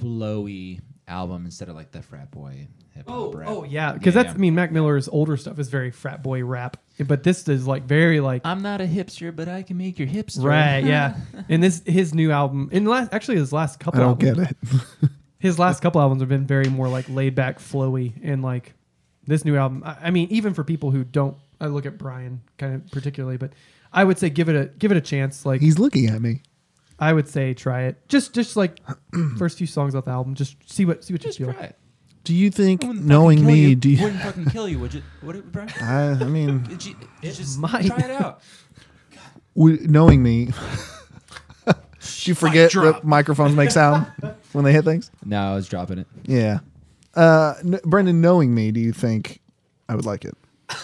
S4: flowy album instead of like the frat boy hip hop.
S3: Oh,
S4: rap.
S3: oh yeah, because that's I mean Mac Miller's older stuff is very frat boy rap, but this is like very like
S4: I'm not a hipster, but I can make your hipster.
S3: right, yeah. And this his new album, and last actually his last
S2: I
S3: couple.
S2: don't
S3: albums,
S2: get it.
S3: His last couple albums have been very more like laid back, flowy, and like this new album. I, I mean, even for people who don't, I look at Brian kind of particularly, but I would say give it a give it a chance. Like
S2: He's looking at me.
S3: I would say try it. Just just like first few songs off the album, just see what see what
S4: Just
S3: you
S4: try
S3: feel.
S4: it.
S2: Do you think
S4: It wouldn't
S2: knowing
S4: fucking kill
S2: me?
S4: you.
S2: Do you?
S4: wouldn't fucking kill you, would you? Would it, Brian?
S2: I, I mean,
S4: Did you, did you just
S3: might.
S4: try it out.
S2: w- knowing me. do you forget
S1: drop.
S2: that microphones make sound when they hit things?
S4: No, I was dropping it.
S2: Yeah. Uh, n- Brendan, knowing me, do you think I would like it? Dude,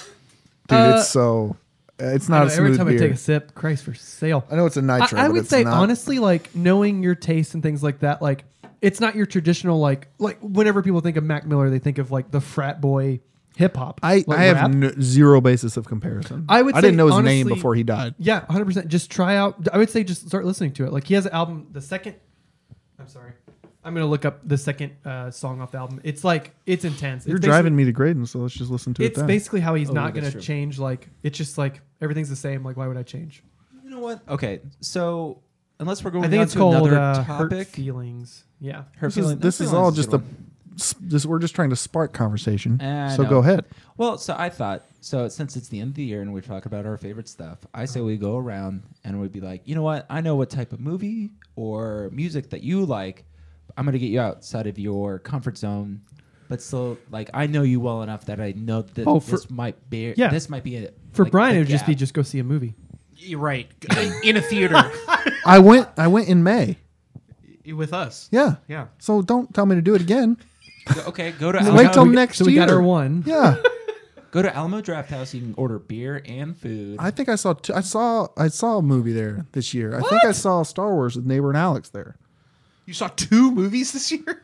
S3: Uh,
S2: it's so. uh, It's
S3: I
S2: not
S3: know,
S2: a
S3: every
S2: smooth
S3: time
S2: beer.
S3: I take a sip, Christ for sale.
S2: I know it's a nitro.
S3: I, I
S2: but
S3: would
S2: it's
S3: say
S2: not-
S3: honestly, like knowing your taste and things like that, like it's not your traditional like like whenever people think of Mac Miller, they think of like the frat boy hip hop.
S2: I,
S3: like,
S2: I
S3: rap.
S2: have no, zero basis of comparison.
S3: I would
S2: I didn't
S3: say,
S2: know his name
S3: honestly-
S2: before he died.
S3: yeah, hundred percent. Just try out. I would say just start listening to it. Like he has an album. The second, I'm sorry, I'm gonna look up the second uh, song off the album. It's like it's intense.
S2: You're
S3: it's
S2: driving me to Graydon, so let's just listen to
S3: It's
S2: it. Then.
S3: basically how he's
S4: Oh,
S3: not
S4: that's
S3: gonna
S4: true.
S3: change. Like it's just like everything's the same. Like why would I change?
S4: You know what? Okay, so unless we're going
S3: I think
S4: on
S3: it's
S4: to
S3: called
S4: another
S3: uh, hurt
S4: topic,
S3: feelings. Yeah.
S4: Her
S2: This is,
S4: Feeling-
S2: this
S4: Her
S2: is
S4: Feelings
S2: all
S4: a
S2: just
S4: good
S2: a.
S4: one.
S2: s- This, we're just trying to spark conversation.
S4: Eh,
S2: so
S4: no.
S2: go ahead.
S4: Well, so I thought so since it's the end of the year and we talk about our favorite stuff, I say we go around and we'd be like, you know what? I know what type of movie or music that you like. I'm gonna get you outside of your comfort zone, but still, like I know you well enough that I know that
S3: Oh, for-
S4: this might be
S3: Yeah.
S4: this might be it.
S3: For Brian, it would just be just go see a movie.
S1: You're right. In a theater
S2: I went. I went in May.
S1: with us.
S2: Yeah.
S1: Yeah.
S2: So don't tell me to do it again.
S4: okay. Go to
S2: Wait till
S4: Alamo,
S3: we-
S2: next
S3: so we got
S2: year.
S3: our one.
S2: Yeah.
S4: go to Alamo Draft House. You can order beer and food.
S2: I think I saw. Two, I saw. I saw a movie there this year. I think I saw Star Wars with neighbor and Alex there.
S1: You saw two movies this year?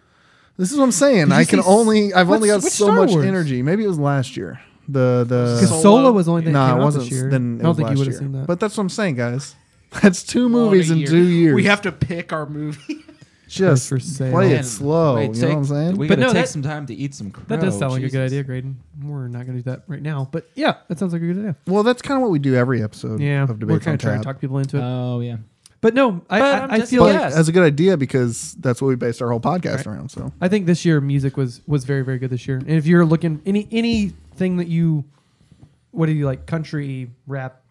S2: This is what I'm saying. I
S3: you
S2: can
S3: see s-
S2: only I've only got
S3: what's- which
S2: so
S3: Star
S2: much
S3: Wars?
S2: energy. Maybe it was last year. The
S3: Because
S1: Solo.
S2: the
S3: Solo was the only thing.
S2: no,
S3: that came
S2: it
S3: out
S2: wasn't.
S3: This year.
S2: Then it
S3: I don't
S2: was
S3: think you
S2: last
S3: would have
S2: year.
S3: seen that.
S2: But that's what I'm saying, guys. That's two movies
S1: One a
S2: in
S1: year.
S2: two years.
S1: We have to pick our movie.
S2: just
S3: for sale.
S2: play it
S4: And-
S2: slow.
S4: wait,
S2: you
S4: take-
S2: know what I'm saying?
S4: We
S3: But
S4: gotta
S3: no,
S4: take
S3: that-
S4: some time to eat some crow.
S3: that does sound like a good
S4: Jesus.
S3: idea, Graydon. We're not going to do that right now. But yeah, that sounds like a good idea.
S2: well, that's kind of what we do every episode.
S3: Yeah,
S2: of
S3: we're
S2: debate
S3: kind
S2: on
S3: of trying
S2: tap.
S3: to talk people into it.
S4: Oh yeah.
S3: Uh, but no, I,
S4: But I'm
S3: I, I
S4: just-
S3: feel
S2: but
S3: like
S4: Yes.
S2: that's a good idea because that's what we based our whole podcast around. So
S3: I think this year music was was very very good this year. And if you're looking any anything that you, what do you like? Country, rap,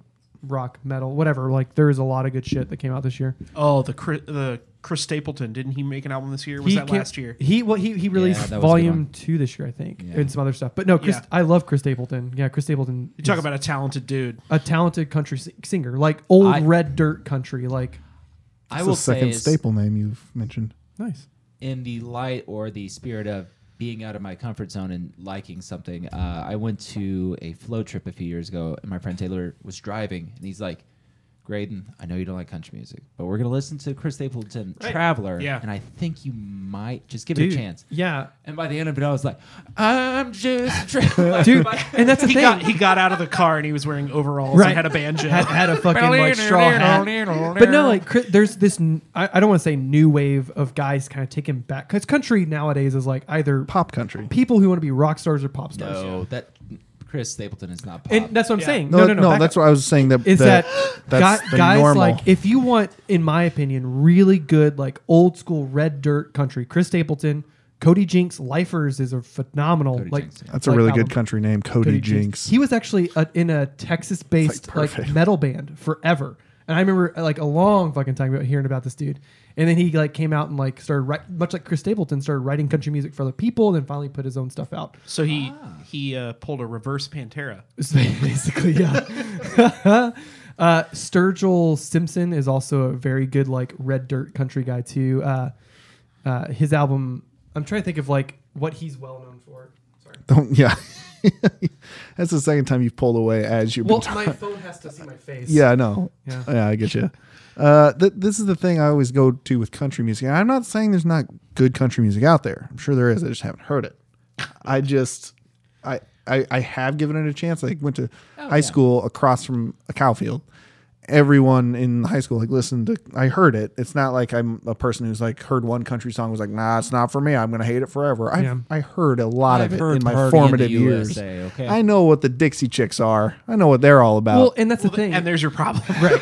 S3: rock, metal, whatever. Like there is a lot of good shit that came out this year.
S1: Oh, the Chris, the Chris Stapleton didn't he make an album this year? Was
S3: He
S1: that
S3: came-
S1: last year?
S3: He well he he released
S4: that was a good
S3: volume
S4: one.
S3: two this year I think
S4: Yeah.
S3: and some other stuff. But no, Chris,
S1: Yeah.
S3: I love Chris Stapleton. Yeah, Chris Stapleton.
S1: You talk
S3: is
S1: about a talented dude.
S3: a talented country si- singer, like old
S4: I-
S3: red dirt country, like
S4: I
S2: it's
S4: will
S2: the second
S4: say is
S2: staple name you've mentioned.
S3: nice.
S4: in the light or the spirit of being out of my comfort zone and liking something. Uh, I went to a float trip a few years ago, and my friend Taylor was driving, and he's like. Graydon, I know you don't like country music, but we're gonna listen to Chris Stapleton,
S1: Right.
S4: Traveler,
S1: Yeah.
S4: and I think you might just give
S3: Dude,
S4: it a chance.
S3: Yeah,
S4: And by the end of it, I was like, I'm just a traveler.
S3: dude, and that's the
S1: He
S3: thing.
S1: got he got out of the car and he was wearing overalls
S3: Right.
S1: and had a banjo.
S3: had, had a fucking like straw hat. But no, like cri- there's this. n- I, I don't want to say new wave of guys kind of taking back because country nowadays is like either
S2: Pop country.
S3: people who want to be rock stars or pop stars.
S4: no, that Chris Stapleton is not pop.
S3: And that's what I'm
S1: Yeah.
S3: saying.
S2: No,
S3: No, no, no. back
S2: that's
S3: up.
S2: what I was saying. That
S3: is that,
S2: that, that's
S3: guy-
S2: the
S3: guys
S2: normal.
S3: like if you want, in my opinion, really good like old school red dirt country. Chris Stapleton, Cody Jinks, Lifers is a phenomenal
S4: Cody
S3: like.
S4: Jinks, yeah.
S2: that's a
S3: like
S2: really
S3: album.
S2: good country name, Cody, Jinks.
S3: He was actually uh in a Texas-based
S2: It's like
S3: like,
S2: perfect.
S3: metal band forever, and I remember uh, like a long fucking time about hearing about this dude. And then he like came out and like started write, much like Chris Stapleton started writing country music for other people, and then finally put his own stuff out.
S1: so he he uh, pulled a reverse Pantera.
S3: It's Basically, yeah. uh, Sturgill Simpson is also a very good like red dirt country guy too. Uh, uh, his album, I'm trying to think of like what he's well known for. Sorry.
S2: Don't yeah. that's the second time you've pulled away as you've
S3: Well,
S2: been talking.
S3: my phone has to see my face.
S2: Yeah, I
S4: Oh.
S2: know.
S3: Yeah.
S2: Yeah, I get you. Uh, th- this is the thing I always go to with country music. And I'm not saying there's not good country music out there. I'm sure there is. I just haven't heard it. I just, I, I, I have given it a chance. I went to high
S4: Oh, yeah.
S2: school across from a cow field. Everyone in high school like listened to. I heard it. It's not like I'm a person who's like heard one country song and was like, nah, it's not for me. I'm gonna hate it forever. I
S3: Yeah.
S2: have I heard a lot
S4: I've
S2: of it
S4: heard
S2: in my
S4: Party in the
S2: formative years.
S4: USA, okay.
S2: I know what the Dixie Chicks are. I know what they're all about.
S3: Well, and that's the thing.
S1: And there's your problem.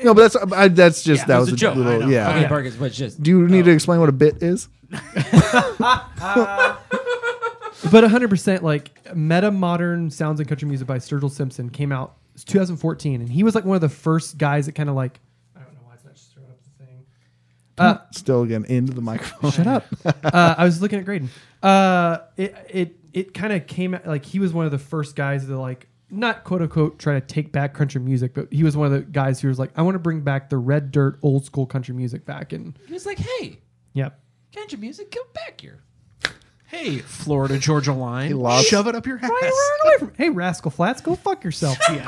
S2: No, but that's I, that's just that
S1: it
S2: was,
S1: was a
S2: a,
S1: joke. I know. Oh.
S2: little yeah.
S4: Okay, Burgess, but just
S2: Do you need to explain what a bit is?
S3: but 100% like meta modern sounds and country music by sturgill simpson came out it's 2014 and he was like one of the first guys that kind of like i don't know why it's not just throwing up the thing uh,
S2: Still again into the microphone.
S3: shut up uh, i was looking at graydon uh, it it, it kind of came out like he was one of the first guys that like not quote unquote try to take back country music but he was one of the guys who was like i want to bring back the red dirt old school country music back and
S4: he was like, hey,
S3: yeah
S4: country music, come back here.
S1: hey, Florida Georgia line,
S2: lost-
S1: shove it up your ass.
S3: Hey, run away from- hey rascal flats go fuck yourself
S1: Yeah.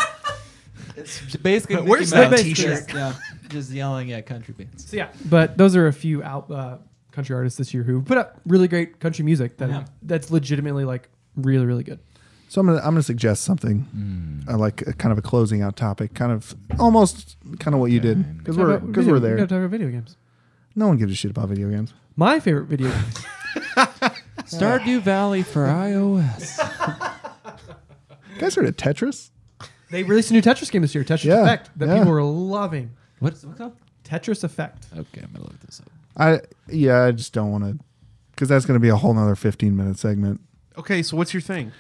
S4: It's basically
S1: But where's
S4: Mickey
S1: that
S4: Mouse
S1: t-shirt?
S4: Just, yeah, just yelling at country bands.
S3: So yeah, but those are a few out uh, country artists this year who put up really great country music that
S4: Yeah.
S3: that's legitimately like really really good.
S2: So I'm gonna I'm gonna suggest something.
S1: Hmm.
S2: I like a, kind of a closing out topic, kind of almost kind of what you did because
S3: Talk
S2: we're
S3: about
S2: because we're
S3: video- We gotta
S2: there.
S3: talk about video games.
S2: No one gives a shit about video games.
S3: My favorite video.
S4: Stardew Valley for iOS.
S2: You guys heard of Tetris?
S3: they released a new Tetris game this year, Tetris
S2: Yeah,
S3: Effect, that
S2: yeah.
S3: people are loving.
S4: What's what's up?
S3: Tetris Effect.
S4: Okay, I'm gonna look this up.
S2: I yeah, I just don't want to because that's gonna be a whole nother 15 minute segment.
S1: Okay, so what's your thing?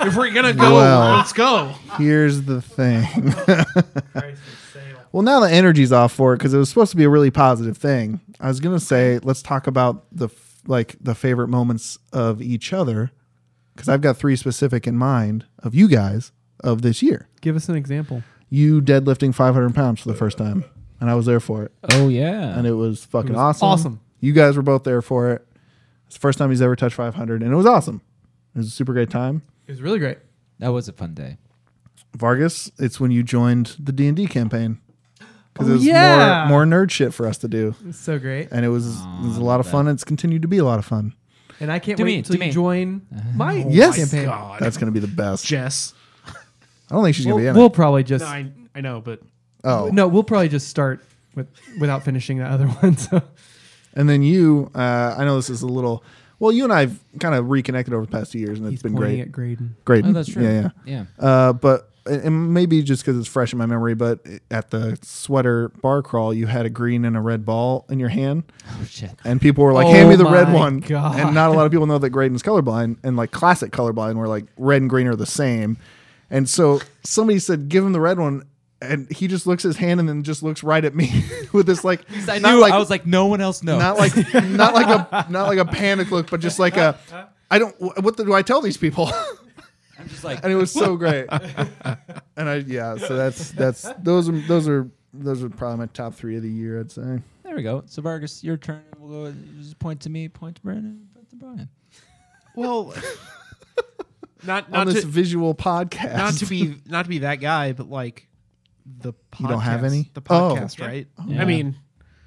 S1: if we're gonna go,
S2: Well.
S1: let's go.
S2: Here's the thing. Well, now the energy's off for it because it was supposed to be a really positive thing. I was gonna say let's talk about the f- like the favorite moments of each other because I've got three specific in mind of you guys of this year.
S3: Give us an example.
S2: You deadlifting 500 pounds for the first time, and I was there for it,
S4: Oh yeah.
S2: and it was fucking awesome.
S3: awesome.
S2: You guys were both there for it. It's the first time he's ever touched 500, and it was awesome. It was a super great time.
S3: It was really great.
S4: that was a fun day.
S2: Vargas, it's when you joined the D and D campaign. because
S3: Oh,
S2: it was
S3: yeah.
S2: more, more nerd shit for us to do,
S3: It's so great.
S2: and it was it was a lot of fun. and It's continued to be a lot of fun.
S3: And I can't
S4: Do
S3: wait
S4: me,
S3: until
S4: do
S3: you
S4: me.
S3: join my
S2: yes.
S3: campaign.
S1: God,
S2: That's gonna be the best.
S1: Jess.
S2: I don't think she's gonna be
S3: We'll,
S2: in
S3: we'll
S2: it.
S3: probably just
S1: No, I, I know, but
S2: Oh,
S3: no. We'll probably just start with without finishing the other one. So
S2: And then you, uh, I know this is a little. Well, you and I've kind of reconnected over the past two years, and
S3: he's
S2: it's been
S3: pointing
S2: great.
S3: at Graydon.
S2: Great.
S4: Oh, that's true.
S2: Yeah, yeah.
S4: Yeah.
S2: Uh, but and- and maybe just because it's fresh in my memory, but at the sweater bar crawl, you had a green and a red ball in your hand,
S4: Oh shit.
S2: and people were like,
S3: Oh
S2: "Hand me the red
S3: my
S2: one."
S3: God.
S2: And not a lot of people know that Graydon's colorblind, and like classic colorblind, where like red and green are the same. And so somebody said, "Give him the red one," and he just looks at his hand and then just looks right at me with this like
S4: I
S2: not
S4: knew.
S2: like-
S4: I was like, no one else knows.
S2: not like not like a not like a panic look, but just like a I don't wh- what do I tell these people?
S4: I'm just like,
S2: and it was so great. And I yeah, so that's that's those are those are those are probably my top three of the year. I'd say.
S4: there we go. So Vargas, your turn. We'll go. you Just point to me. Point to Brandon. Point to Brian.
S1: well, not
S2: On
S1: not
S2: this
S1: to,
S2: visual podcast,
S1: not to be not to be that guy, but like the podcast,
S2: You don't have any?
S1: the
S2: Oh.
S1: podcast, right?
S4: Yeah.
S1: I mean,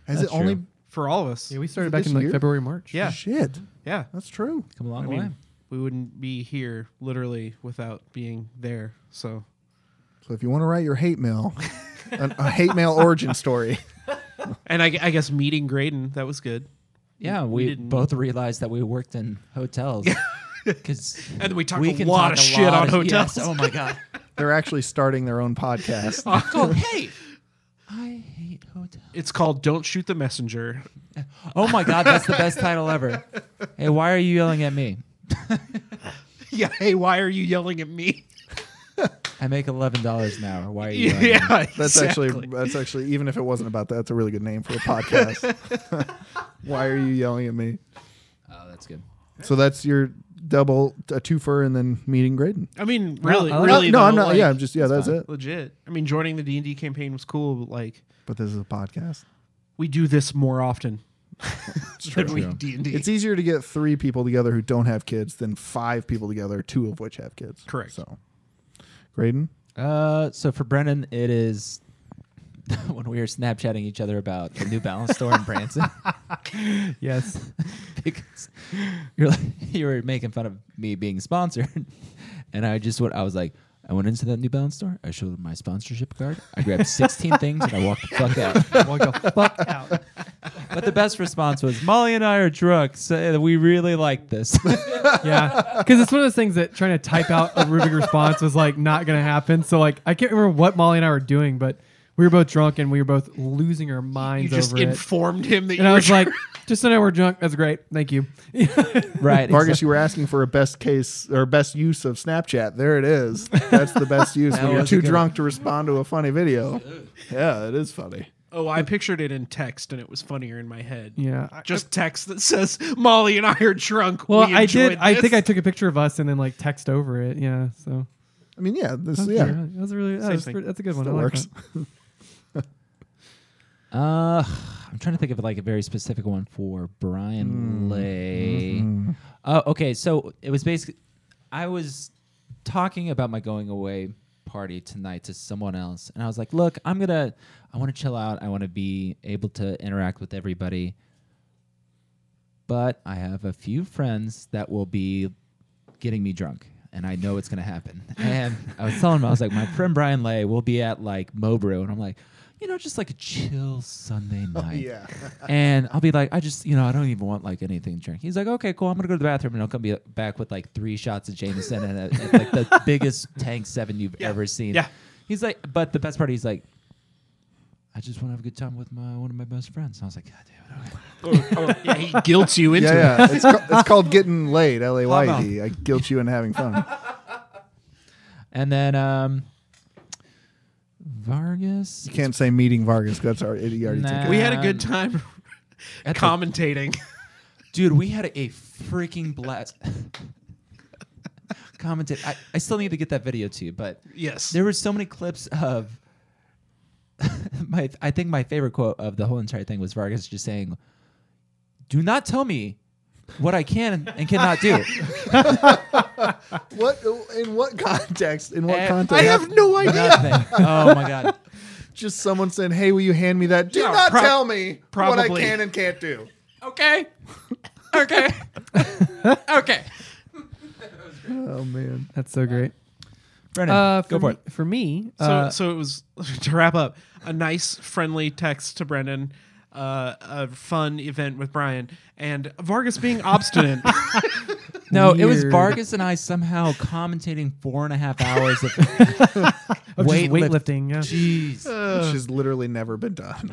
S2: has
S4: That's
S2: it only
S4: true.
S1: for all of us,
S3: Yeah, we
S2: Is
S3: started
S2: it
S3: back
S2: this
S3: in like
S2: year?
S3: February, March.
S1: yeah,
S2: shit?
S1: yeah.
S2: That's true.
S4: Come along
S1: I
S4: the
S1: mean,
S4: way.
S1: we wouldn't be here literally without being there. So
S2: So if you want to write your hate mail, an, a hate mail origin story.
S1: And I, I guess meeting Graydon, that was good.
S4: Yeah, we,
S1: didn't-
S4: both realized that we worked in hotels. Because
S1: And we talked a lot of shit on hotels.
S4: oh my god!
S2: They're actually starting their own podcast.
S4: Called, hey, I hate hotels.
S1: It's called Don't Shoot the Messenger.
S4: Oh my god, that's the best title ever. Hey, why are you yelling at me?
S1: Yeah, hey, why are you yelling at me?
S4: I make eleven dollars an hour. Why are you? Yelling at me?
S1: yeah,
S2: That's actually
S1: exactly.
S2: that's actually even if it wasn't about that, that's a really good name for a podcast. Why are you yelling at me?
S4: Oh, that's good.
S2: So that's your double a twofer and then meeting Graydon.
S1: I mean,
S3: Well,
S1: really,
S3: I like-
S1: really.
S2: no,
S1: though,
S2: I'm not.
S1: like,
S2: yeah, I'm just yeah. That's
S4: fine.
S2: it.
S1: legit. I mean, joining the D and D campaign was cool, but like,
S2: But this is a podcast.
S1: we do this more often than we
S4: True.
S1: D and D.
S2: It's easier to get three people together who don't have kids than five people together, two of which have kids.
S1: Correct.
S2: So, Graydon,
S4: Uh, so for Brennan, it is when we were Snapchatting each other about the New Balance store in Branson
S3: Yes.
S4: because you're like, you were making fun of me being sponsored, and I just what I was like. I went into that New Balance store. I showed them my sponsorship card. I grabbed 16 things and I walked the fuck out.
S3: Walk the fuck out.
S4: But the best response was Molly and I are drunk, so uh, we really like this.
S3: Yeah, because it's one of those things that trying to type out a Rubik response was like not gonna happen. So like I can't remember what Molly and I were doing, but we were both drunk and we were both losing our
S1: you
S3: minds
S1: just
S3: over it.
S1: informed him that
S3: and
S1: you
S3: I
S1: were
S3: was like, just so I know we're drunk. That's great. Thank you.
S4: right.
S2: Vargas, you were asking for a best case or best use of Snapchat. There it is. That's the best use
S4: That
S2: when you're
S4: was a
S2: too
S4: good
S2: drunk to respond to a funny video. Yeah, it is funny.
S1: oh, I pictured it in text, and it was funnier in my head.
S3: Yeah. I-
S1: just text that says Molly and I are drunk.
S3: Well,
S1: We
S3: I
S1: enjoyed
S3: did. I think I
S1: this."
S3: took a picture of us and then like text over it. Yeah. So
S2: I mean, yeah, this yeah,
S3: that was really that
S1: Same
S3: was
S1: thing.
S3: pre- that's a good one.
S2: it
S3: I like
S2: works.
S3: that.
S4: Uh, I'm trying to think of like a very specific one for Brian Lay. Oh, okay. So it was basically, I was talking about my going away party tonight to someone else, and I was like, "Look, I'm gonna, I want to chill out. I want to be able to interact with everybody." But I have a few friends that will be getting me drunk, and I know it's gonna happen. And I was telling him, I was like, my friend Brian Lay will be at like Mobrew, and I'm like, you know, just like a chill Sunday night.
S2: Yeah,
S4: And I'll be like, I just, you know, I don't even want like anything to drink. He's like, okay, cool. I'm gonna go to the bathroom, and I'll come be back with like three shots of Jameson and, a, and, like the biggest tank seven you've
S1: Yeah.
S4: ever seen.
S1: Yeah.
S4: He's like, but the best part, he's like, I just want to have a good time with my one of my best friends. And I was like, God damn it. Okay.
S3: Oh,
S1: yeah, he guilts you into
S2: yeah,
S1: it.
S2: yeah. It's, ca- it's called getting laid. L A Y D. I guilt you in having fun.
S4: And then um, Vargas.
S2: You can't say meeting Vargas. 'cause That's already, you already
S4: Nah.
S2: took it.
S1: We had a
S4: Um,
S1: good time
S4: at the-
S1: commentating.
S4: Dude, we had a freaking blast. Commented. I, I still need to get that video to you, but
S1: yes.
S4: there were so many clips of my. I think my favorite quote of the whole entire thing was Vargas just saying, "Do not tell me what I can and cannot do."
S2: What in what context? In what
S4: Eh,
S2: context?
S1: I have no idea.
S4: Nothing. Oh my god.
S2: just someone saying, "Hey, will you hand me that?" Do not
S1: prob-
S2: tell me what I
S1: probably.
S2: can and can't do.
S4: Okay. Okay. okay.
S2: Oh man,
S3: That's so great.
S4: Brennan,
S3: Uh, for
S4: go for
S3: me,
S4: it.
S3: For me,
S1: So,
S3: uh,
S1: so it was to wrap up a nice, friendly text to Brendan, uh, a fun event with Brian, and Vargas being obstinate.
S4: No, oh, it was
S3: Weird.
S4: Vargas and I somehow commentating four and a half hours of
S3: oh, just
S4: weight lift-
S3: weightlifting. yeah.
S4: Jeez.
S2: which has literally never been done.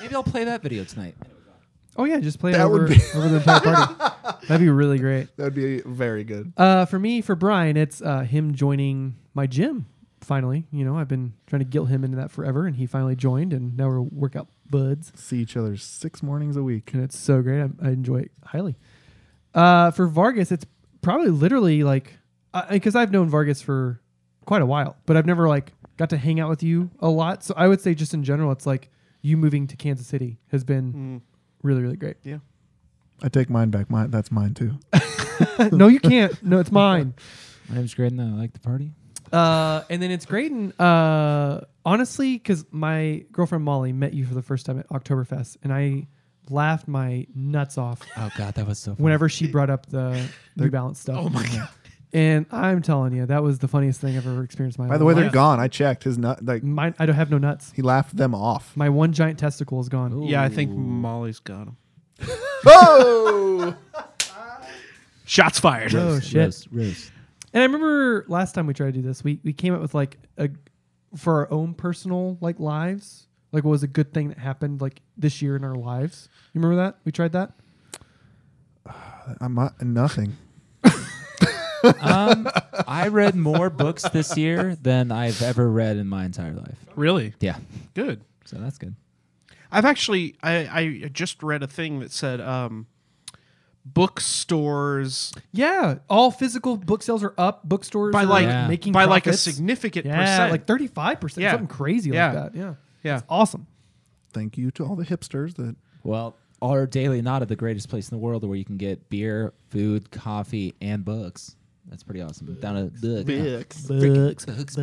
S4: Maybe I'll play that video tonight.
S3: Oh yeah, just play it
S2: That would
S3: over,
S2: be-
S3: over the entire party. That'd be really great.
S2: that would be very good.
S3: Uh, for me, for Brian, it's uh, him joining my gym. Finally, you know, I've been trying to guilt him into that forever, and he finally joined, and now we're workout buds,
S2: See each other six mornings a week.
S3: and it's so great. I, I enjoy it highly. Uh, for Vargas, it's probably literally like because I've known Vargas for quite a while, but I've never like got to hang out with you a lot. So I would say, just in general, it's like you moving to Kansas City has been really, really great.
S1: yeah.
S2: I take mine back. Mine, that's mine too.
S3: no, you can't. No, it's mine.
S4: My name's Graydon. I like the party.
S3: Uh, and then it's great. And uh, honestly, because my girlfriend Molly met you for the first time at Oktoberfest, and I laughed my nuts off
S4: Oh God, that was so. Funny.
S3: whenever she brought up the New Balance stuff.
S1: Oh my god.
S3: And I'm telling you, that was the funniest thing I've ever experienced. In my
S2: By the way, they're
S1: Yes.
S2: gone. I checked his nut. Like
S3: mine. I don't have no nuts.
S2: he laughed them off.
S3: My one giant testicle is gone.
S1: Yeah, I think Molly's got him.
S2: oh,
S1: Shots fired.
S3: Oh shit!
S4: Roast, roast.
S3: And I remember last time we tried to do this, we we came up with like a for our own personal like lives, like what was a good thing that happened like this year in our lives. You remember that? We tried that.
S2: I'm not, nothing.
S4: Um, I read more books this year than I've ever read in my entire life.
S1: Really
S4: Yeah,
S1: good.
S4: so that's good.
S1: I've actually I, I just read a thing that said um, bookstores
S3: Yeah, all physical book sales are up. Bookstores
S1: by
S3: are
S1: like
S4: Yeah.
S3: making
S1: by like a
S3: profits.
S1: significant
S3: yeah,
S1: percent.
S3: like thirty five percent,
S1: Yeah.
S3: something crazy
S1: Yeah.
S3: like that. Yeah,
S1: yeah.
S3: it's awesome.
S2: Thank you to all the hipsters that
S4: Well, our daily not the greatest place in the world where you can get beer, food, coffee, and books. That's pretty awesome. Down at books,
S3: Books,
S4: books,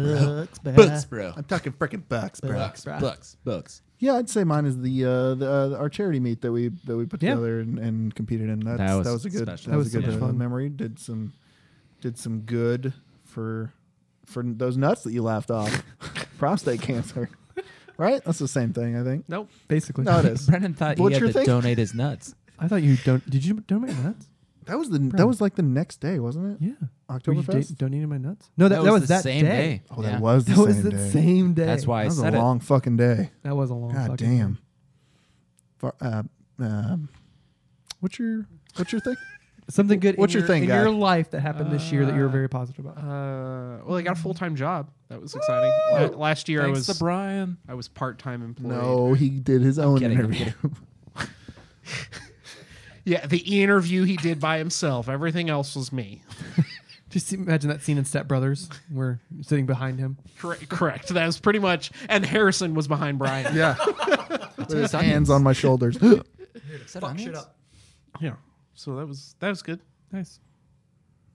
S3: books, bro.
S4: bro,
S2: I'm talking freaking bucks, bro.
S4: books, books, books.
S2: Yeah, I'd say mine is the uh, the uh, our charity meet that we that we put
S3: Yeah.
S2: together and, and competed in. That's, that
S4: That
S2: was
S4: was
S2: a good
S4: special.
S2: that
S3: That
S2: was,
S3: was
S2: a
S3: so
S2: good
S3: much
S2: uh,
S3: fun.
S2: memory. Did some did some good for for those nuts that you laughed off. Prostate cancer, right? That's the same thing, I think.
S1: Nope.
S3: Basically,
S2: No, it is.
S4: Brennan thought
S2: What's
S4: he
S2: your
S4: had to
S2: thing?
S4: donate his nuts.
S3: I thought you don't. Did you donate my nuts?
S2: That was the that was like the next day, wasn't it?
S3: Yeah, Were you da-
S2: Oktoberfest.
S3: donating my nuts? No, Oh, that, that, was,
S4: the
S3: that
S4: same day.
S2: Oh, that
S4: Yeah.
S2: was the
S3: That
S2: same
S3: was the
S2: day.
S3: same day.
S4: That's why I
S2: That was a
S4: said it.
S2: long fucking day.
S3: That was a long.
S2: God
S3: fucking
S2: damn. Fu- uh, um, what's your what's your thing?
S3: Something good.
S2: What's
S3: in
S2: your thing,
S3: in
S2: guy?
S3: your life that happened this year that you were very positive about?
S1: Uh, well, I got a full time job. That was exciting. La- last year
S4: Thanks
S1: I
S4: to
S1: was
S4: Brian.
S1: I was part time employee.
S2: No, he did his own
S4: kidding, I'm
S2: interview.
S1: Yeah, the interview he did by himself. Everything else was me.
S3: Just imagine that scene in Step Brothers where you're sitting behind him.
S1: Correct. correct. That was pretty much. And Harrison was behind Brian.
S2: yeah. With his hands on my shoulders. Last
S4: Fuck shit up.
S1: yeah. So that was that was good.
S3: Nice.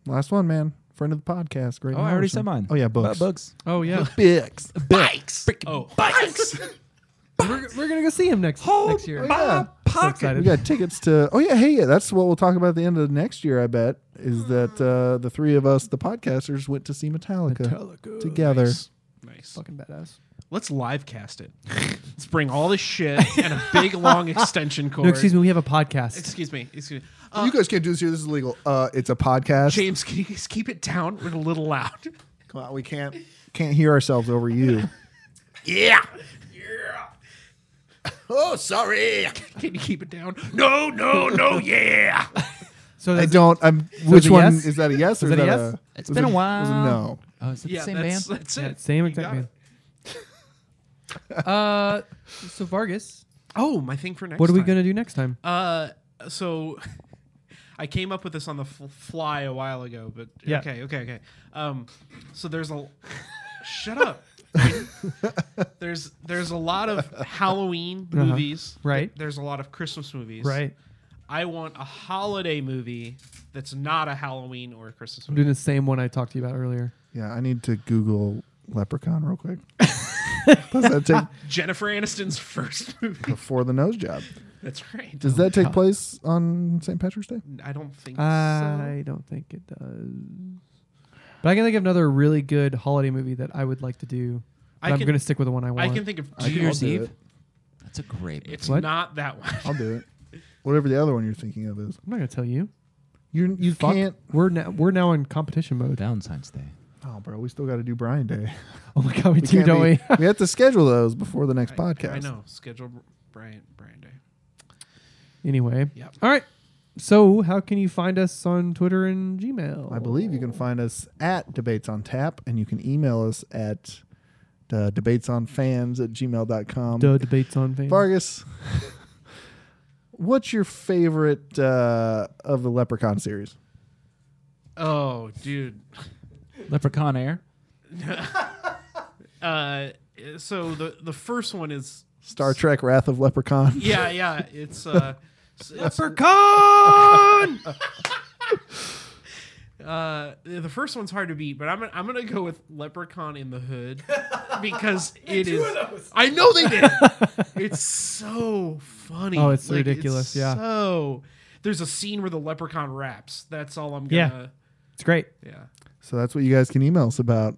S2: one, man. Friend of the podcast. Great.
S4: Oh, I already said mine.
S2: Oh yeah, books.
S4: Bu- books.
S3: Oh yeah,
S2: Bix.
S1: Bikes. Oh, bikes.
S3: we're, we're gonna go see him next next year.
S2: Oh, Yeah.
S3: So excited.
S2: We got tickets to. Oh yeah, hey yeah. That's what we'll talk about at the end of next year. I bet is that uh, the three of us, the podcasters, went to see Metallica,
S3: Metallica.
S2: together.
S1: nice.
S3: Fucking badass.
S1: Let's live cast it. Let's bring all this shit and a big long extension cord.
S3: No, excuse me. We have a podcast.
S1: Excuse me. Excuse me.
S2: you guys can't do this here. This is illegal. Uh, it's a podcast.
S1: James, can you just keep it down? We're a little loud.
S2: Come on, we can't can't hear ourselves over you.
S1: Yeah. Yeah.
S2: oh, sorry.
S1: Can you keep it down? No, no, no, yeah.
S3: So
S2: I
S3: that's-
S2: don't. I'm. which
S3: a
S2: one
S3: yes?
S2: is that? A yes or is
S3: that
S2: that
S3: a
S2: a?
S3: yes?
S4: It's
S2: was
S4: been
S2: it-
S4: a
S2: was it
S4: while.
S2: no.
S4: Oh, is it
S1: Yeah,
S4: the same
S1: that's,
S4: band?
S1: that's
S3: yeah,
S1: it.
S3: same
S1: You
S3: exact
S1: got it.
S3: man. Uh, so Vargas,
S1: Oh, my thing for next.
S3: what are we
S1: time.
S3: gonna do next time?
S1: Uh, so I came up with this on the f- fly a while ago, but
S3: Yeah.
S1: okay, okay, okay. Um, so there's a shut up. there's there's a lot of Halloween movies,
S3: Uh-huh. Right.
S1: There's a lot of Christmas movies,
S3: right,
S1: I want a holiday movie that's not a Halloween or a Christmas
S3: I'm
S1: movie.
S3: doing the same one I talked to you about earlier.
S2: Yeah, I need to Google leprechaun real quick. Does that take
S1: Jennifer Aniston's first movie.
S2: before the nose job.
S1: That's right.
S2: Does that take place on St. Patrick's Day?
S1: I don't think so.
S3: I don't think it does. But I can think of another really good holiday movie that I would like to do.
S1: I
S3: But I'm
S1: can-
S3: going to stick with the one I
S1: I
S3: want.
S1: can think of
S2: I
S1: two.
S2: can- I'll do it.
S4: That's a great movie.
S1: It's
S3: What?
S1: not that one.
S2: I'll do it. Whatever the other one you're thinking of is.
S3: I'm not going to tell you.
S2: You you
S3: Fuck.
S2: can't.
S3: We're now we're now in competition mode.
S4: Valentine's Day.
S2: Oh, bro, we still got to do Brian Day.
S3: Oh my god, we, do,
S2: can't
S3: don't
S2: be-
S3: we?
S2: we have to schedule those before the next
S1: I-
S2: podcast.
S1: I, know. Schedule Brian Brian Day.
S3: anyway.
S1: Yep.
S3: All right. So, how can you find us on Twitter and Gmail?
S2: I believe you can find us at Debates on Tap, and you can email us at uh, debatesonfans at gmail.com.
S3: Duh, debates on fame.
S2: Vargas, what's your favorite uh, of the Leprechaun series?
S1: Oh, dude.
S4: Leprechaun Air.
S1: Uh, so the the first one is
S2: Star Trek Wrath of Leprechaun?
S1: yeah yeah it's uh it's- it's-
S3: Leprechaun!
S1: uh the first one's hard to beat but I'm gonna, I'm gonna go with Leprechaun in the Hood because it is I know they did it's so funny
S3: Oh, it's ridiculous, yeah.
S1: so there's a scene where the leprechaun raps that's all I'm
S3: Yeah.
S1: gonna
S3: it's great.
S1: yeah,
S2: So that's what you guys can email us about.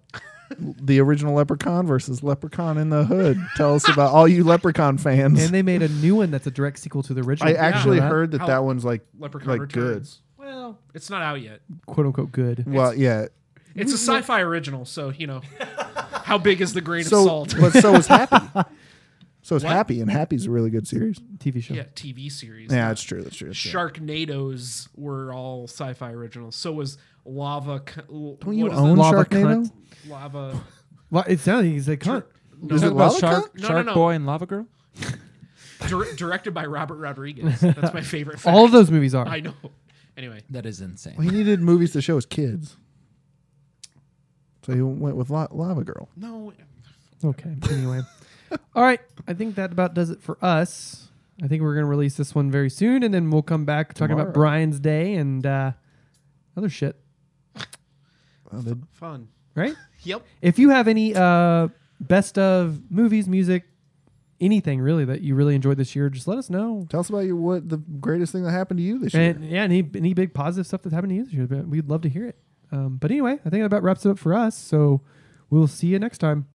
S2: the original Leprechaun versus Leprechaun in the Hood. Tell us about all you Leprechaun fans.
S3: And they made a new one that's a direct sequel to the original.
S2: I
S3: Did you know
S2: actually
S3: that?
S2: heard that
S1: How-
S2: that one's like
S1: Leprechaun
S2: like good.
S1: returns well it's not out yet
S3: quote unquote good.
S2: Well, yeah.
S1: it's a sci-fi original so you know how big is the grain of
S2: So,
S1: salt
S2: but so is Happy. So is
S1: What?
S2: Happy, and Happy's a really good series.
S3: TV show.
S1: yeah TV series
S2: Yeah, that's true. That's true. That's true.
S1: Sharknadoes were all sci-fi originals. So was Lava. c- l-
S2: Don't you
S1: what is
S2: own
S3: Lava
S2: Sharknado?
S3: Cunt?
S1: it? Lava?
S3: Well, it sounded like he's like, huh?
S1: No,
S2: Is it
S4: Talking about
S2: Lava
S4: Shark,
S2: Cunt?
S1: No,
S4: Shark
S1: no, no.
S4: Boy and Lava Girl?
S1: dir- directed by Robert Rodriguez. That's my favorite. Fact.
S3: all of those movies are.
S1: I know. Anyway,
S4: That is insane.
S2: Well, he needed movies to show his kids. So he went with La- Lava Girl.
S1: no.
S3: Okay. Anyway. All right. I think that about does it for us. I think we're going to release this one very soon, and then we'll come back talking
S2: Tomorrow.
S3: about Brian's Day and uh, other shit.
S2: Oh, the-
S1: Fun.
S3: Right?
S1: Yep.
S3: If you have any uh, best of movies, music, anything really that you really enjoyed this year, just let us know.
S2: tell us about your what the greatest thing that happened to you this year.
S3: And yeah, any any big positive stuff that's happened to you this year, but we'd love to hear it. Um, but anyway, I think that about wraps it up for us. So we'll see you next time.